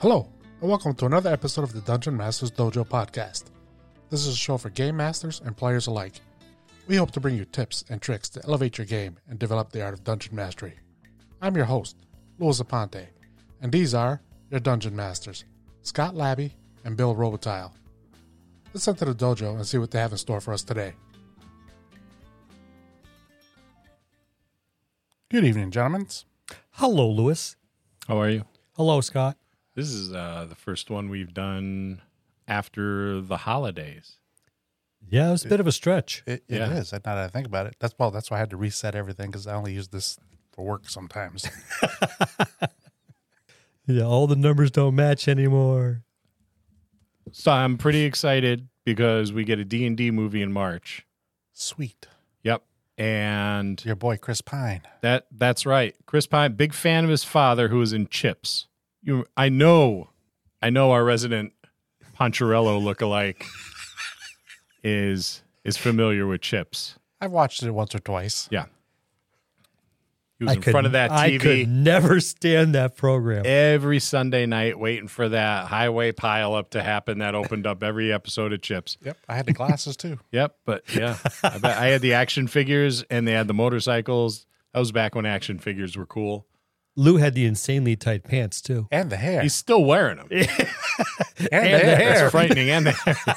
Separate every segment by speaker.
Speaker 1: Hello, and welcome to another episode of the Dungeon Masters Dojo podcast. This is a show for game masters and players alike. We hope to bring you tips and tricks to elevate your game and develop the art of dungeon mastery. I'm your host, Louis Aponte, and these are your dungeon masters, Scott Labby and Bill Robotile. Let's enter the dojo and see what they have in store for us today. Good evening, gentlemen.
Speaker 2: Hello, Lewis.
Speaker 3: How are you?
Speaker 2: Hello, Scott.
Speaker 3: This is uh, the first one we've done after the holidays.
Speaker 2: Yeah, it's a bit of a stretch.
Speaker 1: It, it is.
Speaker 3: Yeah.
Speaker 1: Now that I think about it, that's well. That's why I had to reset everything because I only use this for work sometimes.
Speaker 2: Yeah, all the numbers don't match anymore.
Speaker 3: So I'm pretty excited because we get a D&D movie in March.
Speaker 1: Sweet,
Speaker 3: Yep. And
Speaker 1: your boy Chris Pine.
Speaker 3: that that's right. Chris Pine, big fan of his father who was in Chips. You I know. I know our resident Poncherello lookalike is is familiar with Chips.
Speaker 1: I've watched it once or twice.
Speaker 3: Yeah. He was in front of that TV.
Speaker 2: I could never stand that program.
Speaker 3: every Sunday night waiting for that highway pile up to happen that opened up every episode of Chips.
Speaker 1: Yep, I had the glasses too.
Speaker 3: Yep, but yeah, I, bet I had the action figures and they had the motorcycles. That was back when action figures were cool.
Speaker 2: Lou had the insanely tight pants too.
Speaker 1: And the hair.
Speaker 3: He's still wearing them.
Speaker 1: and,
Speaker 2: and the hair.
Speaker 3: That's frightening. And the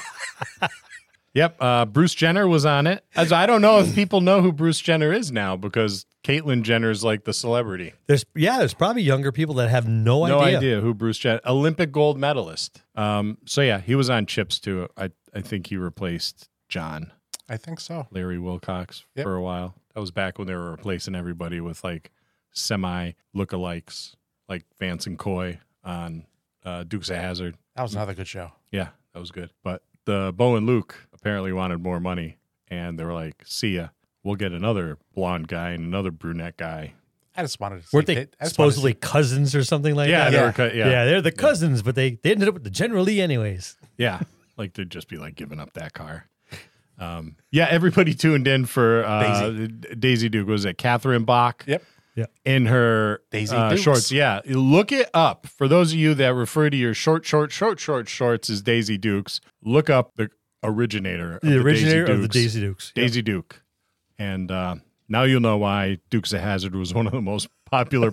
Speaker 3: Yep, uh, Bruce Jenner was on it. As I don't know if people know who Bruce Jenner is now because Caitlyn Jenner is like the celebrity.
Speaker 2: There's yeah, there's probably younger people that have no,
Speaker 3: no
Speaker 2: idea.
Speaker 3: idea. who Bruce Jenner, Olympic gold medalist. Um, so yeah, he was on Chips too. I I think he replaced John.
Speaker 1: I think so.
Speaker 3: Larry Wilcox
Speaker 1: Yep.
Speaker 3: for a while. That was back when they were replacing everybody with like semi lookalikes, like Vance and Coy on uh, Dukes of Hazard.
Speaker 1: That was another good show.
Speaker 3: Yeah, that was good. But the Bo and Luke apparently wanted more money, and they were like, "See ya, we'll get another blonde guy and another brunette guy."
Speaker 1: I just wanted to. see
Speaker 2: Weren't
Speaker 1: I
Speaker 2: they
Speaker 1: just wanted to
Speaker 2: supposedly
Speaker 1: see-
Speaker 2: cousins or something like
Speaker 3: yeah,
Speaker 2: that?
Speaker 3: they
Speaker 1: yeah.
Speaker 3: were cut.
Speaker 2: yeah.
Speaker 3: Yeah, yeah,
Speaker 2: they're the cousins, but they, they ended up with the General Lee anyways.
Speaker 3: Like they'd just be like giving up that car. Um, yeah, everybody tuned in for uh, Daisy. Duke. Was it Catherine Bach?
Speaker 1: Yep.
Speaker 3: in her
Speaker 1: Daisy
Speaker 3: uh,
Speaker 1: Dukes.
Speaker 3: shorts. Yeah, look it up. For those of you that refer to your short, short, short, short shorts as Daisy Dukes, look up the originator. Of
Speaker 2: The, originator
Speaker 3: Daisy
Speaker 2: of the
Speaker 3: Dukes,
Speaker 2: Daisy Dukes. Yeah.
Speaker 3: Daisy Duke, and uh, now you'll know why Dukes of Hazard was one of the most popular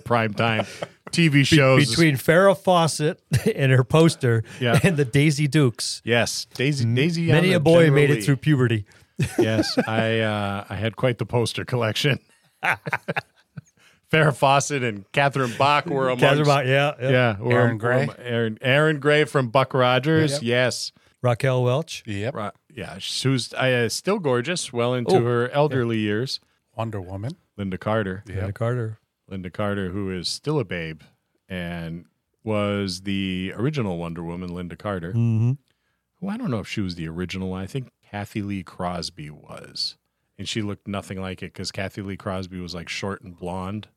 Speaker 3: primetime TV shows.
Speaker 2: Between Farrah Fawcett and her poster
Speaker 3: Yeah.
Speaker 2: and the Daisy Dukes.
Speaker 3: yes, Daisy, Daisy, on
Speaker 2: Many
Speaker 3: the
Speaker 2: a boy
Speaker 3: General
Speaker 2: made
Speaker 3: Lee.
Speaker 2: it through puberty.
Speaker 3: yes, I uh, I had quite the poster collection. Farrah Fawcett and Catherine Bach were amongst
Speaker 2: Catherine Bach, yeah, yeah.
Speaker 3: Yeah, or-
Speaker 1: Aaron
Speaker 3: or-
Speaker 1: Gray.
Speaker 3: Aaron, Aaron Gray from Buck Rogers.
Speaker 1: Yep.
Speaker 3: Yes.
Speaker 2: Raquel Welch.
Speaker 1: Yep.
Speaker 3: Right. Yeah, she's uh, still gorgeous, well into
Speaker 2: Oh,
Speaker 3: her elderly years.
Speaker 1: Wonder Woman.
Speaker 3: Linda Carter.
Speaker 2: Linda Carter.
Speaker 3: Linda Carter, who is still a babe and was the original Wonder Woman, Linda Carter,
Speaker 2: Mm-hmm.
Speaker 3: who I don't know if she was the original. I think Kathy Lee Crosby was. And she looked nothing like it because Kathy Lee Crosby was like short and blonde.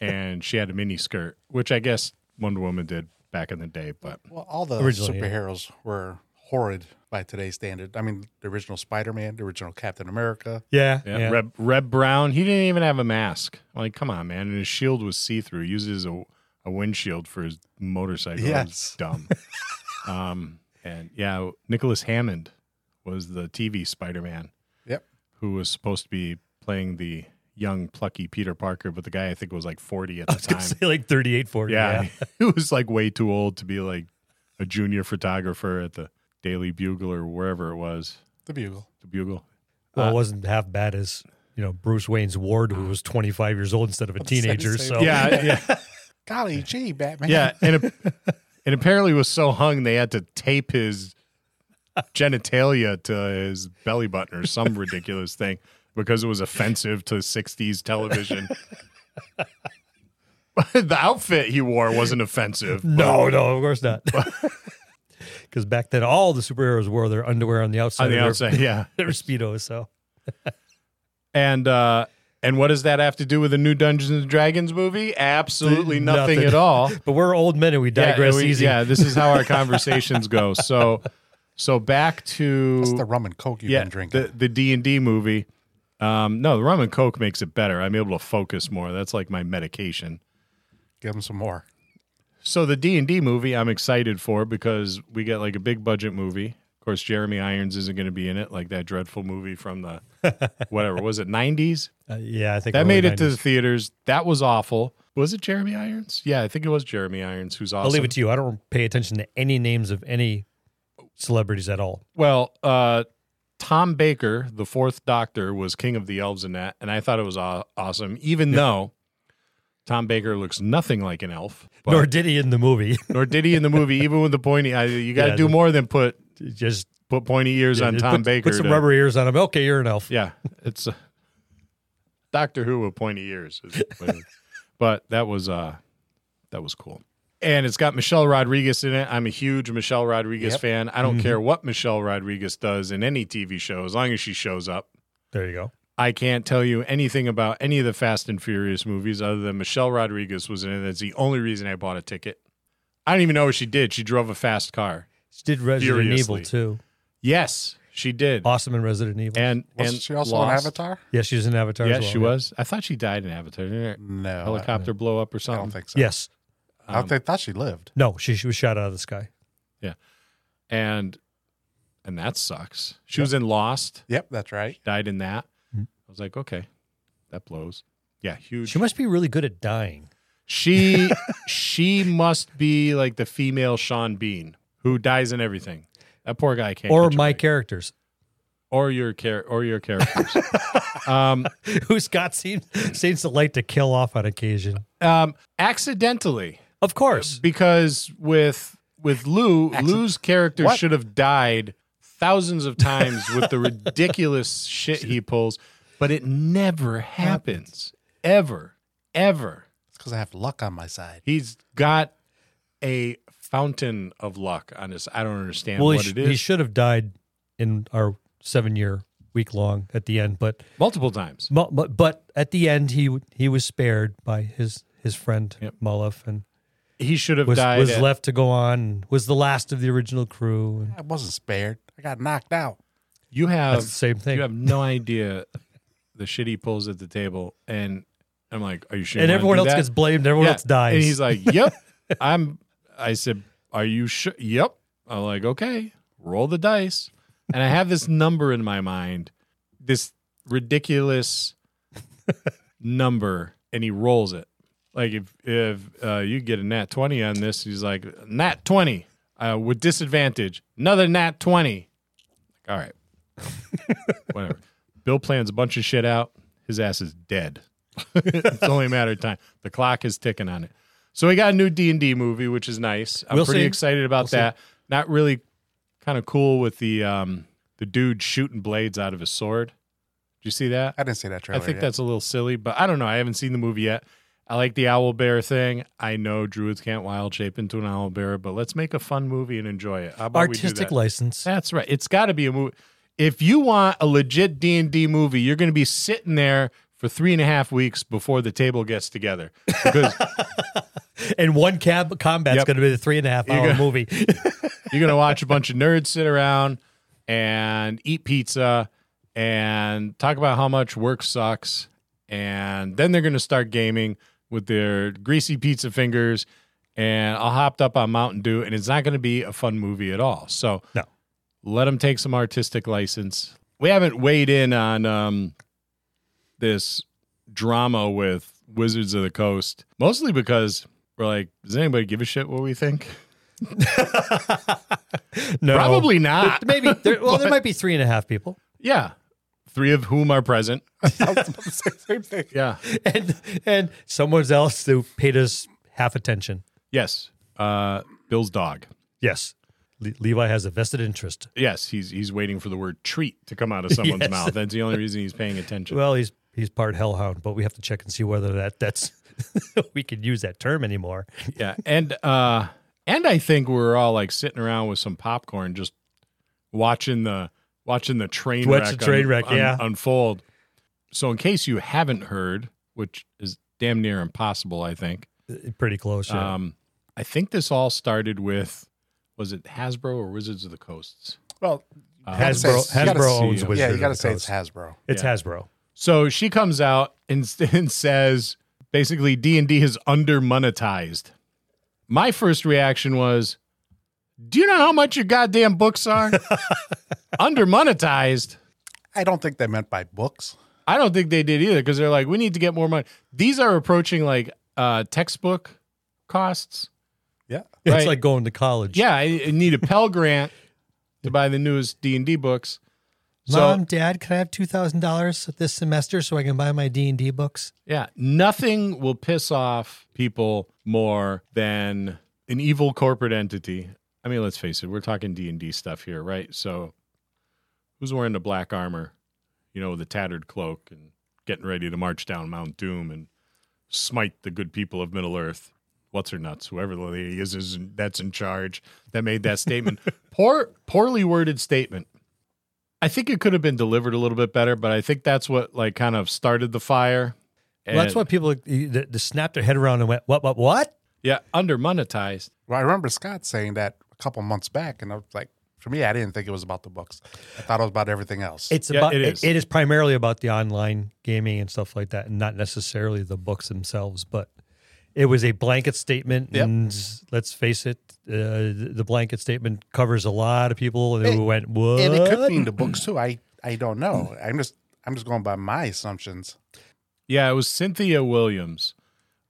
Speaker 3: and she had a mini skirt, which I guess Wonder Woman did back in the day, but
Speaker 1: Well, all the
Speaker 2: Originally, yeah.
Speaker 1: superheroes were horrid by today's standard. I mean, the original Spider-Man, the original Captain America.
Speaker 2: Yeah,
Speaker 3: Yeah, Reb, Reb Brown. He didn't even have a mask. Like, come on, man. And his shield was see through. He used it as a, a windshield for his motorcycle. It was
Speaker 1: Yes.
Speaker 3: dumb. um, and yeah, Nicholas Hammond was the TV Spider Man
Speaker 1: Yep.
Speaker 3: who was supposed to be playing the young, plucky Peter Parker, but the guy I think was like 40 at
Speaker 2: I
Speaker 3: the
Speaker 2: was gonna
Speaker 3: time.
Speaker 2: say like 38, 40.
Speaker 3: Yeah. he was like way too old to be like a junior photographer at the Daily Bugle or wherever it was.
Speaker 1: The Bugle.
Speaker 3: The Bugle. Uh,
Speaker 2: Well, it wasn't half bad as you know Bruce Wayne's ward, who was 25 years old instead of a
Speaker 1: the same-
Speaker 2: teenager.
Speaker 1: same-
Speaker 2: So
Speaker 3: Yeah. Yeah.
Speaker 1: Golly gee, Batman.
Speaker 3: Yeah, and ap- and apparently was so hung they had to tape his genitalia to his belly button or some ridiculous thing because it was offensive to 60s television. the outfit he wore wasn't offensive. but-
Speaker 2: no, no, of course not. Because back then, all the superheroes wore their underwear on the outside.
Speaker 3: on the
Speaker 2: of their-
Speaker 3: outside, yeah.
Speaker 2: their speedos. So
Speaker 3: And uh and what does that have to do with the new Dungeons and Dragons movie? Absolutely nothing,
Speaker 2: Nothing.
Speaker 3: at all.
Speaker 2: but we're old men and we
Speaker 3: Yeah,
Speaker 2: digress
Speaker 3: we-
Speaker 2: easy.
Speaker 3: yeah, this is how our conversations go. So so back to
Speaker 1: That's the rum and coke you've been drinking.
Speaker 3: The the D and D movie. Um, no, the rum and coke makes it better. I'm able to focus more. That's like my medication.
Speaker 1: Give him some more.
Speaker 3: So the D and D movie I'm excited for because we get like a big budget movie. Of course, Jeremy Irons isn't going to be in it, like that dreadful movie from the whatever was it 90s
Speaker 2: Uh, yeah, I think
Speaker 3: that
Speaker 2: early
Speaker 3: made it to
Speaker 2: 90s.
Speaker 3: the theaters. That was awful. Was it Jeremy Irons? Yeah, I think it was Jeremy Irons who's awesome.
Speaker 2: I'll leave it to you. I don't pay attention to any names of any celebrities at all.
Speaker 3: Well, uh, Tom Baker, the fourth Doctor, was King of the Elves in that, and I thought it was aw- awesome, even though Tom Baker looks nothing like an elf. but-
Speaker 2: Nor did he in the movie.
Speaker 3: nor did he in the movie, even with the pointy. I, you got to
Speaker 2: Yeah,
Speaker 3: do
Speaker 2: the-
Speaker 3: more than put
Speaker 2: Just
Speaker 3: put pointy ears on
Speaker 2: just
Speaker 3: Tom
Speaker 2: put,
Speaker 3: Baker.
Speaker 2: Put some
Speaker 3: to-
Speaker 2: rubber ears on him. Okay, you're an elf.
Speaker 3: Yeah, it's uh, Doctor Who with pointy ears. is what it is. but that was uh, that was cool. And it's got Michelle Rodriguez in it. I'm a huge Michelle Rodriguez
Speaker 2: Yep.
Speaker 3: fan. I
Speaker 1: Mm-hmm.
Speaker 3: don't care what Michelle Rodriguez does in any TV show, as long as she shows up.
Speaker 2: There you go.
Speaker 3: I can't tell you anything about any of the Fast and Furious movies other than Michelle Rodriguez was in it. That's the only reason I bought a ticket. I don't even know what she did. She drove a fast car.
Speaker 2: She did Resident
Speaker 3: Furiously.
Speaker 2: Evil too.
Speaker 3: Yes, she did.
Speaker 2: Awesome in Resident Evil.
Speaker 3: And
Speaker 1: Wasn't
Speaker 3: and
Speaker 1: Uh, she also an
Speaker 3: lost.
Speaker 1: Avatar?
Speaker 2: yeah, she was in Avatar. as
Speaker 3: Yes,
Speaker 2: well,
Speaker 3: she
Speaker 2: yeah.
Speaker 3: was. I thought she died in Avatar. Didn't it?
Speaker 1: No, I-
Speaker 3: Helicopter Um, blow up or
Speaker 1: I
Speaker 3: something. Um,
Speaker 1: don't think so.
Speaker 2: Yes.
Speaker 1: I thought- I thought she lived.
Speaker 2: No, she, she was shot out of the sky.
Speaker 3: and and that sucks. She was in Lost.
Speaker 1: Yep, that's right.
Speaker 3: Died in that.
Speaker 1: Mm-hmm.
Speaker 2: Mhm.
Speaker 3: I was like, okay, that blows. Yeah, huge.
Speaker 2: She must be really good at dying.
Speaker 3: She she must be like the female Sean Bean who dies in everything. That poor guy can't.
Speaker 2: or
Speaker 3: catch a
Speaker 2: my
Speaker 3: break.
Speaker 2: characters.
Speaker 3: or your care or your characters. um,
Speaker 2: Who Scott seems seems to like to kill off on occasion.
Speaker 3: um, accidentally,
Speaker 2: Of course.
Speaker 3: because with with Lou,
Speaker 1: Acci-
Speaker 3: Lou's character
Speaker 1: What?
Speaker 3: should have died thousands of times with the ridiculous shit he pulls, but it never happens, ever, ever.
Speaker 1: It's because I have luck on my side.
Speaker 3: He's got a fountain of luck on his. I don't understand
Speaker 2: Well, he,
Speaker 3: what
Speaker 2: sh-
Speaker 3: it
Speaker 2: he
Speaker 3: is.
Speaker 2: should have died in our seven year week long at the end, but
Speaker 3: Multiple times.
Speaker 2: Mu- but but at the end he w- he was spared by his his friend
Speaker 3: Yep.
Speaker 2: Mulliff and
Speaker 3: He should have
Speaker 2: was
Speaker 3: died.
Speaker 2: was
Speaker 3: at-
Speaker 2: left to go on and was the last of the original crew. And
Speaker 1: I wasn't spared. I got knocked out.
Speaker 3: you have
Speaker 2: that's the same thing.
Speaker 3: You have no idea the shit he pulls at the table, and I'm like, "Are you sure?" you
Speaker 2: and
Speaker 3: wanna
Speaker 2: everyone
Speaker 3: do
Speaker 2: else
Speaker 3: that?
Speaker 2: gets blamed. Everyone
Speaker 3: Yeah.
Speaker 2: else dies.
Speaker 3: And he's like, "Yep, I'm." I said, "Are you sure?" Yep. I'm like, "Okay, roll the dice." And I have this number in my mind, this ridiculous number, and he rolls it. Like if if uh, you get a nat twenty on this, he's like nat twenty uh, with disadvantage, another nat twenty. Like, all right, whatever. Bill plans a bunch of shit out. His ass is dead. it's only a matter of time. The clock is ticking on it. So we got a new D and D movie, which is nice. I'm
Speaker 2: We'll
Speaker 3: pretty
Speaker 2: see.
Speaker 3: excited about
Speaker 2: We'll see.
Speaker 3: that. Not really kind of cool with the um, the dude shooting blades out of his sword. Did you see that?
Speaker 1: I didn't see that
Speaker 3: I
Speaker 1: trailer.
Speaker 3: think
Speaker 1: yet.
Speaker 3: that's a little silly, but I don't know. I haven't seen the movie yet. I like the owl bear thing. I know druids can't wild shape into an owl bear, but let's make a fun movie and enjoy it. How about we do
Speaker 2: artistic
Speaker 3: that?
Speaker 2: license.
Speaker 3: That's right. It's got to be a movie. If you want a legit D and D movie, you're going to be sitting there for three and a half weeks before the table gets together because
Speaker 2: And one cab combat's
Speaker 3: Yep.
Speaker 2: going to be the three and a half hour
Speaker 3: gonna-
Speaker 2: movie.
Speaker 3: you're going to watch a bunch of nerds sit around and eat pizza and talk about how much work sucks, and then they're going to start gaming with their greasy pizza fingers and all hopped up on Mountain Dew, and it's not going to be a fun movie at all. So
Speaker 2: No.
Speaker 3: let them take some artistic license. We haven't weighed in on um, this drama with Wizards of the Coast, mostly because we're like, does anybody give a shit what we think?
Speaker 2: no,
Speaker 3: Probably not.
Speaker 2: Maybe there, well, there might be three and a half people,
Speaker 3: Yeah. Three of whom are present.
Speaker 1: I was about to say the same thing.
Speaker 3: Yeah.
Speaker 2: and and someone else who paid us half attention.
Speaker 3: Yes. Uh, Bill's dog.
Speaker 2: Yes, Le- Levi has a vested interest.
Speaker 3: Yes, he's he's waiting for the word treat to come out of someone's
Speaker 2: Yes.
Speaker 3: mouth. That's the only reason he's paying attention.
Speaker 2: Well, he's he's part hellhound, but we have to check and see whether that that's we can use that term anymore.
Speaker 3: yeah. And uh and I think we were all like sitting around with some popcorn just watching the watching the train
Speaker 2: Watch
Speaker 3: wreck,
Speaker 2: the train wreck, yeah.
Speaker 3: unfold. So in case you haven't heard, which is damn near impossible, I think.
Speaker 2: Uh, Pretty close. yeah.
Speaker 3: Um I think this all started with was it Hasbro or Wizards of the Coasts?
Speaker 1: Well,
Speaker 3: Uh,
Speaker 1: gotta say
Speaker 2: Hasbro
Speaker 1: it's- you gotta
Speaker 2: Hasbro
Speaker 3: see-
Speaker 2: owns
Speaker 3: yeah,
Speaker 2: Wizards.
Speaker 1: yeah, you got to
Speaker 2: of the
Speaker 1: say
Speaker 2: Coast.
Speaker 1: it's Hasbro.
Speaker 2: it's
Speaker 3: yeah.
Speaker 2: Hasbro.
Speaker 3: So she comes out and, and says basically D and D is under monetized. My first reaction was, "Do you know how much your goddamn books are? Under monetized."
Speaker 1: I don't think they meant by books.
Speaker 3: I don't think they did either because they're like, we need to get more money. These are approaching like uh, textbook costs.
Speaker 1: Yeah.
Speaker 2: It's
Speaker 3: Right.
Speaker 2: like going to college.
Speaker 3: Yeah, I, I need a Pell Grant to buy the newest D and D books. So
Speaker 4: Mom, Dad, can I have two thousand dollars this semester so I can buy my D and D books?
Speaker 3: yeah, nothing will piss off people more than an evil corporate entity. I mean, let's face it, we're talking D and D stuff here, right? So, who's wearing the black armor? You know, the tattered cloak and getting ready to march down Mount Doom and smite the good people of Middle Earth. What's her nuts? Whoever the lady is, is that's in charge that made that statement. Poor, poorly worded statement. I think it could have been delivered a little bit better, but I think that's what like kind of started the fire.
Speaker 2: Well, that's
Speaker 3: And-
Speaker 2: what people they, they snapped their head around and went, "What? What? What?"
Speaker 3: yeah, under monetized.
Speaker 1: Well, I remember Scott saying that a couple months back, and I was like, for me, I didn't think it was about the books. I thought it was about everything else.
Speaker 2: It's
Speaker 3: Yeah,
Speaker 2: about
Speaker 3: it
Speaker 2: it
Speaker 3: is.
Speaker 2: is. it is primarily about the online gaming and stuff like that, and not necessarily the books themselves. But it was a blanket statement,
Speaker 1: Yep.
Speaker 2: and let's face it, uh, the blanket statement covers a lot of people who
Speaker 1: It-
Speaker 2: went, "What?"
Speaker 1: and it could mean the books too. I I don't know.
Speaker 2: Mm.
Speaker 1: I'm just I'm just going by my assumptions.
Speaker 3: Yeah, it was Cynthia Williams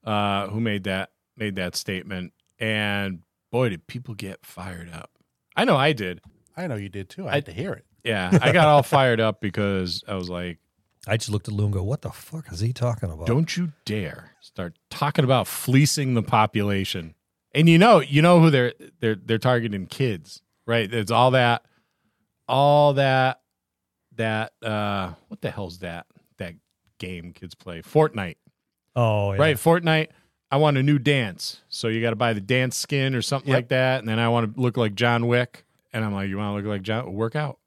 Speaker 3: uh, who made that made that statement, and boy, did people get fired up. I know I did.
Speaker 1: I know you did too. I,
Speaker 3: I-
Speaker 1: had to hear it.
Speaker 3: Yeah, I got all fired up because I was like,
Speaker 2: I just looked at Lou and go, "What the fuck is he talking about?"
Speaker 3: "Don't you dare start talking about fleecing the population." And you know, you know who they're they're they're targeting kids, right? It's all that, all that, that uh, what the hell's that? That game kids play Fortnite.
Speaker 2: oh, yeah.
Speaker 3: right? Fortnite. I want a new dance, so you got to buy the dance skin or something
Speaker 1: Yep.
Speaker 3: like that. And then I want to look like John Wick, and I'm like, you want to look like John? Work out.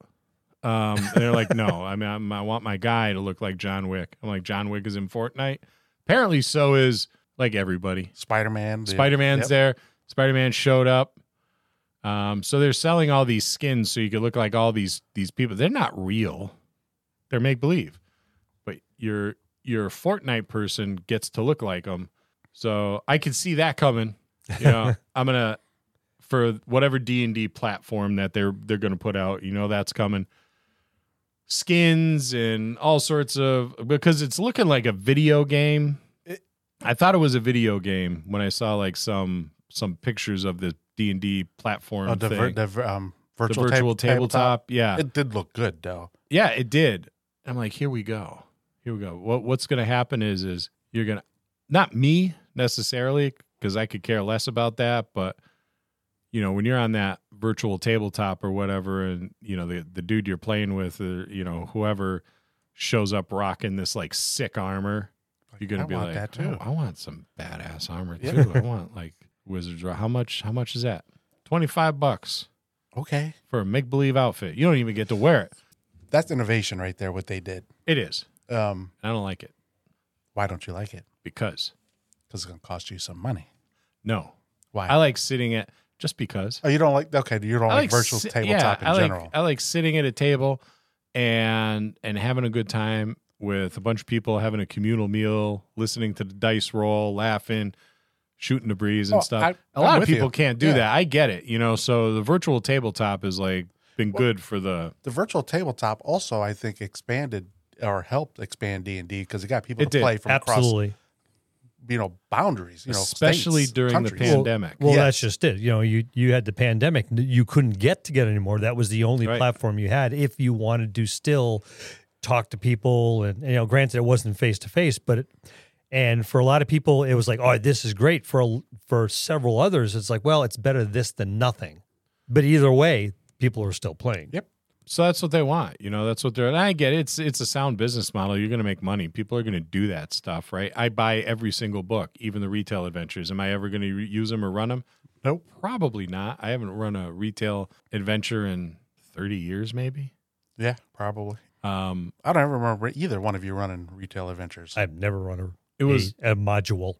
Speaker 3: Um, and they're like, no, I mean, I'm, I want my guy to look like John Wick. I'm like, John Wick is in Fortnite. Apparently, so is like everybody.
Speaker 1: Spider Man.
Speaker 3: Spider Man's there. Spider Man showed up. Um, so they're selling all these skins so you could look like all these these people. They're not real. They're make believe. But your your Fortnite person gets to look like them. So I can see that coming. You know, I'm gonna for whatever D and D platform that they're they're gonna put out. You know, that's coming. Skins and all sorts of because it's looking like a video game. I thought it was a video game when I saw like some some pictures of the D and D platform
Speaker 1: Oh, the,
Speaker 3: thing,
Speaker 1: vir- the vir- um,
Speaker 3: the
Speaker 1: virtual,
Speaker 3: virtual
Speaker 1: tab- tabletop.
Speaker 3: tabletop. Yeah,
Speaker 1: It did look good though.
Speaker 3: yeah, it did. I'm like, here we go. Here we go. What what's going to happen is is you're going to not me necessarily because I could care less about that, but you know, when you're on that virtual tabletop or whatever and you know the the dude you're playing with or you know whoever shows up rocking this like sick armor, you're going
Speaker 1: I
Speaker 3: to be
Speaker 1: want
Speaker 3: like,
Speaker 1: that
Speaker 3: "Oh,
Speaker 1: too.
Speaker 3: I want some badass armor
Speaker 1: Yeah.
Speaker 3: too. I want like wizards. ro- How much how much is that? 25 bucks
Speaker 1: Okay,
Speaker 3: for a make believe outfit. You don't even get to wear it.
Speaker 1: that's innovation right there. What they did.
Speaker 3: It is.
Speaker 1: Um,
Speaker 3: I don't like it.
Speaker 1: why don't you like it?
Speaker 3: because
Speaker 1: Because it's gonna cost you some money.
Speaker 3: no
Speaker 1: Why?
Speaker 3: i like sitting at just because
Speaker 1: oh, you don't like? Okay, you don't
Speaker 3: I
Speaker 1: like, virtual
Speaker 3: sit-
Speaker 1: tabletop in
Speaker 3: I like,
Speaker 1: general.
Speaker 3: i like sitting at a table and and having a good time with a bunch of people having a communal meal listening to the dice roll laughing shooting the breeze and
Speaker 1: Oh,
Speaker 3: stuff
Speaker 1: I-
Speaker 3: A
Speaker 1: I'm
Speaker 3: lot of
Speaker 1: with you.
Speaker 3: people can't do
Speaker 1: Yeah.
Speaker 3: that i get it you know so the virtual tabletop has like been good for the
Speaker 1: the virtual tabletop also, I think, expanded or helped expand D and D because it got people
Speaker 3: It
Speaker 1: to
Speaker 3: did.
Speaker 1: play from across
Speaker 2: absolutely.
Speaker 1: you know boundaries, you know,
Speaker 3: Especially
Speaker 1: states,
Speaker 3: during the
Speaker 1: countries.
Speaker 3: pan- pandemic.
Speaker 2: Well,
Speaker 1: Yes.
Speaker 2: that's just it. You know, you you had the pandemic. You couldn't get together anymore. That was the only
Speaker 3: Right.
Speaker 2: platform you had if you wanted to still talk to people. And you know, granted, it wasn't face to face, but it, and for a lot of people, it was like, oh, this is great. For a- for several others, it's like, well, it's better this than nothing. But either way, people are still playing.
Speaker 1: Yep.
Speaker 3: so that's what they want you know that's what they're and i get it. it's it's a sound business model you're going to make money people are going to do that stuff right i buy every single book even the retail adventures am i ever going to re- use them or run them
Speaker 1: Nope.
Speaker 3: probably not i haven't run a retail adventure in 30 years maybe
Speaker 1: Yeah, probably.
Speaker 3: um
Speaker 1: I don't ever remember either one of you running retail adventures.
Speaker 2: I've never run a
Speaker 3: it was
Speaker 2: a, a module.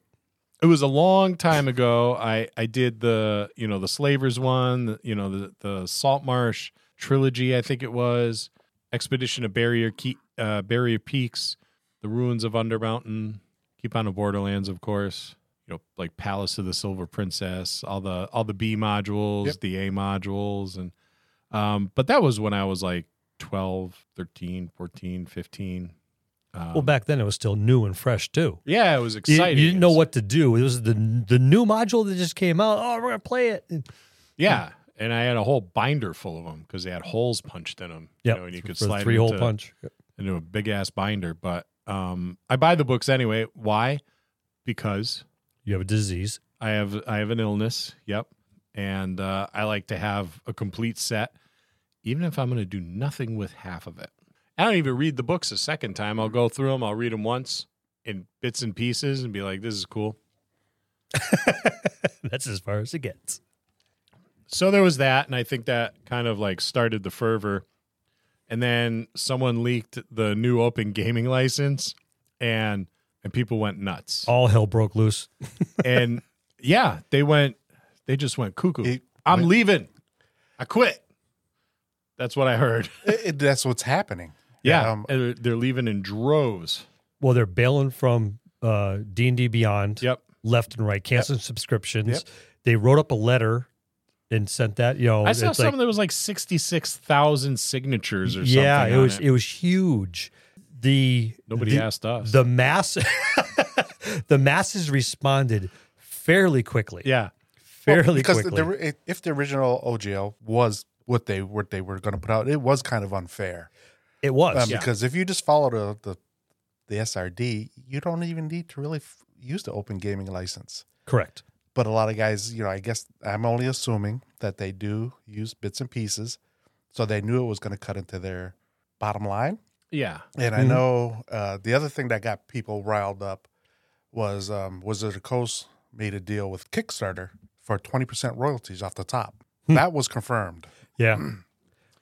Speaker 3: it was a long time ago. I I did the you know the slavers one, the, you know the the salt marsh trilogy. I think it was expedition of barrier Key, uh, barrier peaks, the ruins of under mountain, keep on the borderlands, of course. you know like Palace of the Silver Princess, all the all the B modules,
Speaker 1: Yep.
Speaker 3: the A modules and um but that was when I was like 12, 13, 14, 15. Um,
Speaker 2: Well, back then it was still new and fresh too.
Speaker 3: yeah, it was
Speaker 2: You, you
Speaker 3: exciting.
Speaker 2: didn't know
Speaker 3: It's-
Speaker 2: what to do. It was the the new module that just came out. Oh, we're gonna play it.
Speaker 3: Yeah, and I had a whole binder full of them because they had holes punched in them.
Speaker 2: Yeah,
Speaker 3: you know, and you could
Speaker 2: for
Speaker 3: slide
Speaker 2: the three hole
Speaker 3: into-
Speaker 2: punch.
Speaker 3: into a big ass binder. But um, I buy the books anyway. Why? Because
Speaker 2: You have a disease.
Speaker 3: I have I have an illness. Yep, and uh, I like to have a complete set, even if I'm going to do nothing with half of it. I don't even read the books a second time. I'll go through them. I'll read them once in bits and pieces and be like, "This is cool."
Speaker 2: That's as far as it gets.
Speaker 3: so there was that and i think that kind of like started the fervor and then someone leaked the new open gaming license and and people went nuts
Speaker 2: All hell broke loose.
Speaker 3: and yeah they went they just went cuckoo
Speaker 1: It
Speaker 3: i'm
Speaker 1: went-
Speaker 3: leaving i quit that's what i heard
Speaker 1: It- it- that's what's happening.
Speaker 3: yeah
Speaker 1: Um,
Speaker 3: and they're, they're leaving in droves
Speaker 2: Well, they're bailing from uh, D and D Beyond.
Speaker 3: yep
Speaker 2: left and right, canceling subscriptions. They wrote up a letter and sent that. You know,
Speaker 3: i saw
Speaker 2: Oh, it's like-
Speaker 3: something that was like 66000 signatures or
Speaker 2: yeah,
Speaker 3: something
Speaker 2: it
Speaker 3: on
Speaker 2: was it. was huge. The
Speaker 3: nobody
Speaker 2: the,
Speaker 3: asked us
Speaker 2: the mass. the masses responded fairly quickly.
Speaker 3: yeah
Speaker 1: Well,
Speaker 2: fairly
Speaker 1: because
Speaker 2: quickly.
Speaker 1: The, the, if the original OGL was what they were they were going to put out, it was kind of unfair.
Speaker 2: it was.
Speaker 1: Um,
Speaker 3: Yeah.
Speaker 1: Because if you just follow the, the the SRD, you don't even need to really f- use the open gaming license.
Speaker 2: Correct.
Speaker 1: But a lot of guys, you know, I guess I'm only assuming that they do use bits and pieces, so they knew it was going to cut into their bottom line.
Speaker 3: yeah
Speaker 1: And I
Speaker 2: Mhm.
Speaker 1: know uh, the other thing that got people riled up was um, Wizard of Coast made a deal with Kickstarter for 20% royalties off the top.
Speaker 2: Hmm.
Speaker 1: That was confirmed.
Speaker 2: Yeah.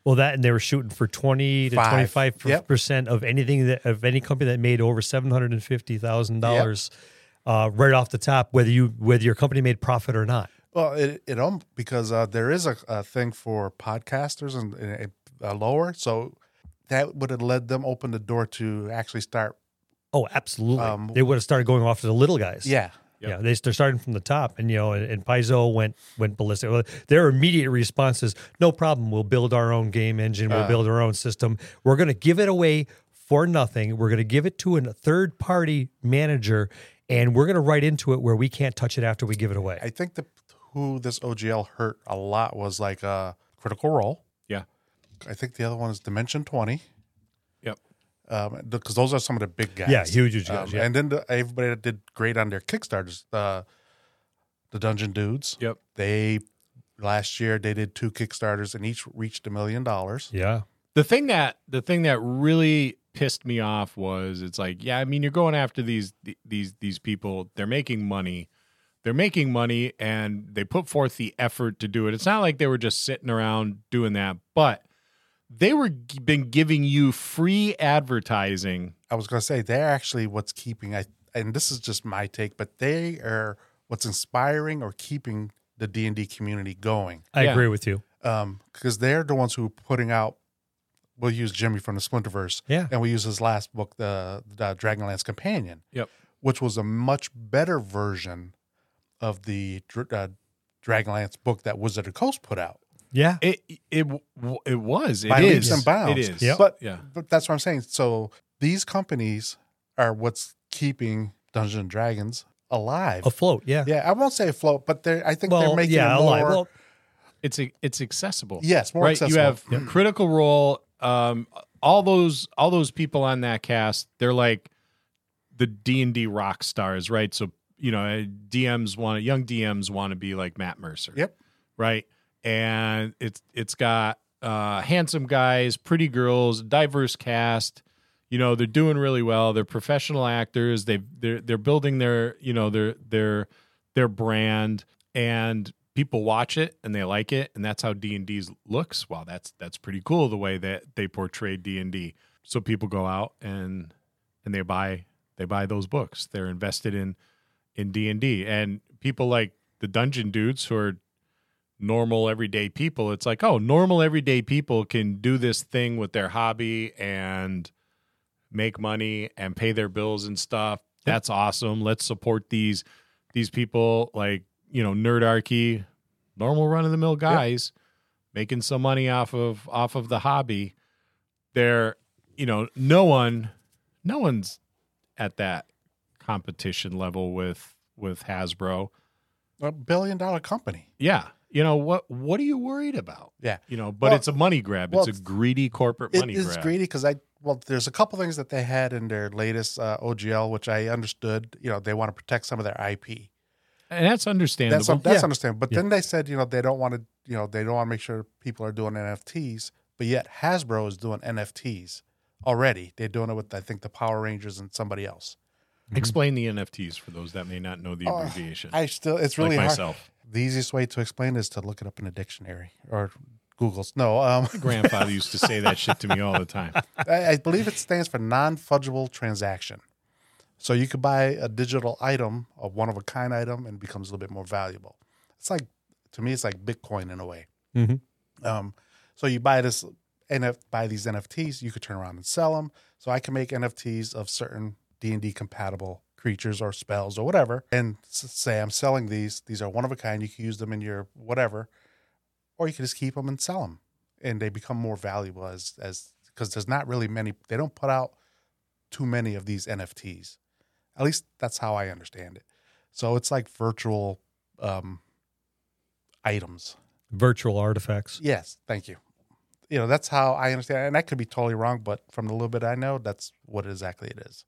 Speaker 2: Well, that and they were shooting for twenty to
Speaker 1: Five.
Speaker 2: twenty-five
Speaker 1: Yep.
Speaker 2: percent of anything that of any company that made over seven hundred and fifty thousand dollars, uh, right off the top, whether you whether your company made profit or not.
Speaker 1: Well, it, it um, because uh, there is a, a thing for podcasters and, and a, a lower, so that would have led them open the door to actually start.
Speaker 2: Oh, absolutely.
Speaker 1: Um,
Speaker 2: they would have started going off to the little guys.
Speaker 1: Yeah,
Speaker 3: Yep.
Speaker 2: Yeah, they, they're starting from the top, and you know, and, and Paizo went went ballistic. Well, their immediate response is, "No problem. We'll build our own game engine. We'll
Speaker 1: Uh.
Speaker 2: build our own system. We're going to give it away for nothing. We're going to give it to a third party manager, and we're going to write into it where we can't touch it after we give it away."
Speaker 1: I think the who this OGL hurt a lot was like uh, Critical Role.
Speaker 3: Yeah.
Speaker 1: I think the other one is Dimension Twenty.
Speaker 3: Yep.
Speaker 1: Um, because those are some of the big guys.
Speaker 2: yeah, huge, huge
Speaker 1: Um,
Speaker 2: guys. yeah.
Speaker 1: And then the, everybody that did great on their Kickstarters, uh, the Dungeon Dudes.
Speaker 3: Yep.
Speaker 1: They last year they did two Kickstarters and each reached a million dollars.
Speaker 2: yeah,
Speaker 3: The thing that the thing that really pissed me off was it's like, yeah, I mean, you're going after these these these people. They're making money. They're making money and they put forth the effort to do it. It's not like they were just sitting around doing that, but they were g- been giving you free advertising.
Speaker 1: I was going to say they're actually what's keeping I and this is just my take, but they are what's inspiring or keeping the D and D community going
Speaker 2: I
Speaker 3: Yeah.
Speaker 2: agree with you.
Speaker 1: because they're the ones who are putting out. We'll use Jimmy from the Splinterverse,
Speaker 2: Yeah,
Speaker 1: and we use his last book, the, the uh, Dragonlance Companion.
Speaker 3: Yep.
Speaker 1: Which was a much better version of the Dr- uh, Dragonlance book that Wizard of the Coast put out.
Speaker 2: yeah.
Speaker 3: It it w- it was. It
Speaker 1: By leaps
Speaker 3: is.
Speaker 1: and bounds.
Speaker 3: It is.
Speaker 2: Yep.
Speaker 1: But
Speaker 3: Yeah.
Speaker 1: but that's what I'm saying. So these companies are what's keeping Dungeons and Dragons alive.
Speaker 2: Afloat. Yeah.
Speaker 1: yeah, I won't say afloat, but they're I think they're
Speaker 2: Well,
Speaker 1: making
Speaker 2: yeah,
Speaker 1: it
Speaker 2: a
Speaker 1: more
Speaker 2: lot. Well,
Speaker 3: It's a, it's accessible.
Speaker 1: yes, more
Speaker 3: right
Speaker 1: accessible.
Speaker 3: you have critical role um all those all those people on that cast they're like the d&d rock stars right so you know eh, dms want young dms want to be like matt mercer
Speaker 1: Yep.
Speaker 3: right and it's it's got uh handsome guys pretty girls diverse cast you know they're doing really well they're professional actors they they're they're building their you know their their their brand and people watch it and they like it and that's how D&D's looks wow that's that's pretty cool the way that they portray D&D so people go out and and they buy they buy those books they're invested in in D&D and people like the dungeon dudes who are normal everyday people it's like oh normal everyday people can do this thing with their hobby and make money and pay their bills and stuff that's awesome let's support these these people like you know nerdarchy, normal run of the mill guys making some money off of off of the hobby. They're you know no one no one's at that competition level with with Hasbro.
Speaker 1: A billion dollar company.
Speaker 3: Yeah. You know what what are you worried about?
Speaker 1: Yeah.
Speaker 3: You know, but
Speaker 1: Well-
Speaker 3: it's a money grab.
Speaker 1: well,
Speaker 3: it's a greedy corporate
Speaker 1: It
Speaker 3: money
Speaker 1: is
Speaker 3: grab.
Speaker 1: greedy because I well, there's a couple things that they had in their latest uh, OGL, which I understood. You know, they want to protect some of their IP.
Speaker 3: And that's understandable.
Speaker 1: That's un- that's
Speaker 2: Yeah.
Speaker 1: understandable. But
Speaker 2: Yeah.
Speaker 1: then they said, you know, they don't want to, you know, they don't want to make sure people are doing NFTs. But yet Hasbro is doing NFTs already. They're doing it with I think the Power Rangers and somebody else.
Speaker 3: Explain the NFTs for those that may not know the
Speaker 1: Oh,
Speaker 3: abbreviation.
Speaker 1: I still, it's really
Speaker 3: like
Speaker 1: hard.
Speaker 3: myself.
Speaker 1: The easiest way to explain is to look it up in a dictionary or Google's. No, um,
Speaker 3: Grandfather used to say that shit to me all the time.
Speaker 1: I, I believe it stands for non fungible transaction. So you could buy a digital item, a one of a kind item, and it becomes a little bit more valuable. It's like, to me, it's like Bitcoin in a way.
Speaker 2: Mhm.
Speaker 1: Um, so you buy this NF, buy these NFTs, you could turn around and sell them. So I can make NFTs of certain D and D compatible creatures or spells or whatever, and s- say I'm selling these. These are one of a kind. You can use them in your whatever, or you can just keep them and sell them, and they become more valuable as as because there's not really many. They don't put out too many of these NFTs. At least that's how I understand it. So it's like virtual um, items.
Speaker 2: Virtual artifacts.
Speaker 1: Yes, thank you. You know, that's how I understand, and I could be totally wrong, but from the little bit I know, that's what exactly it is.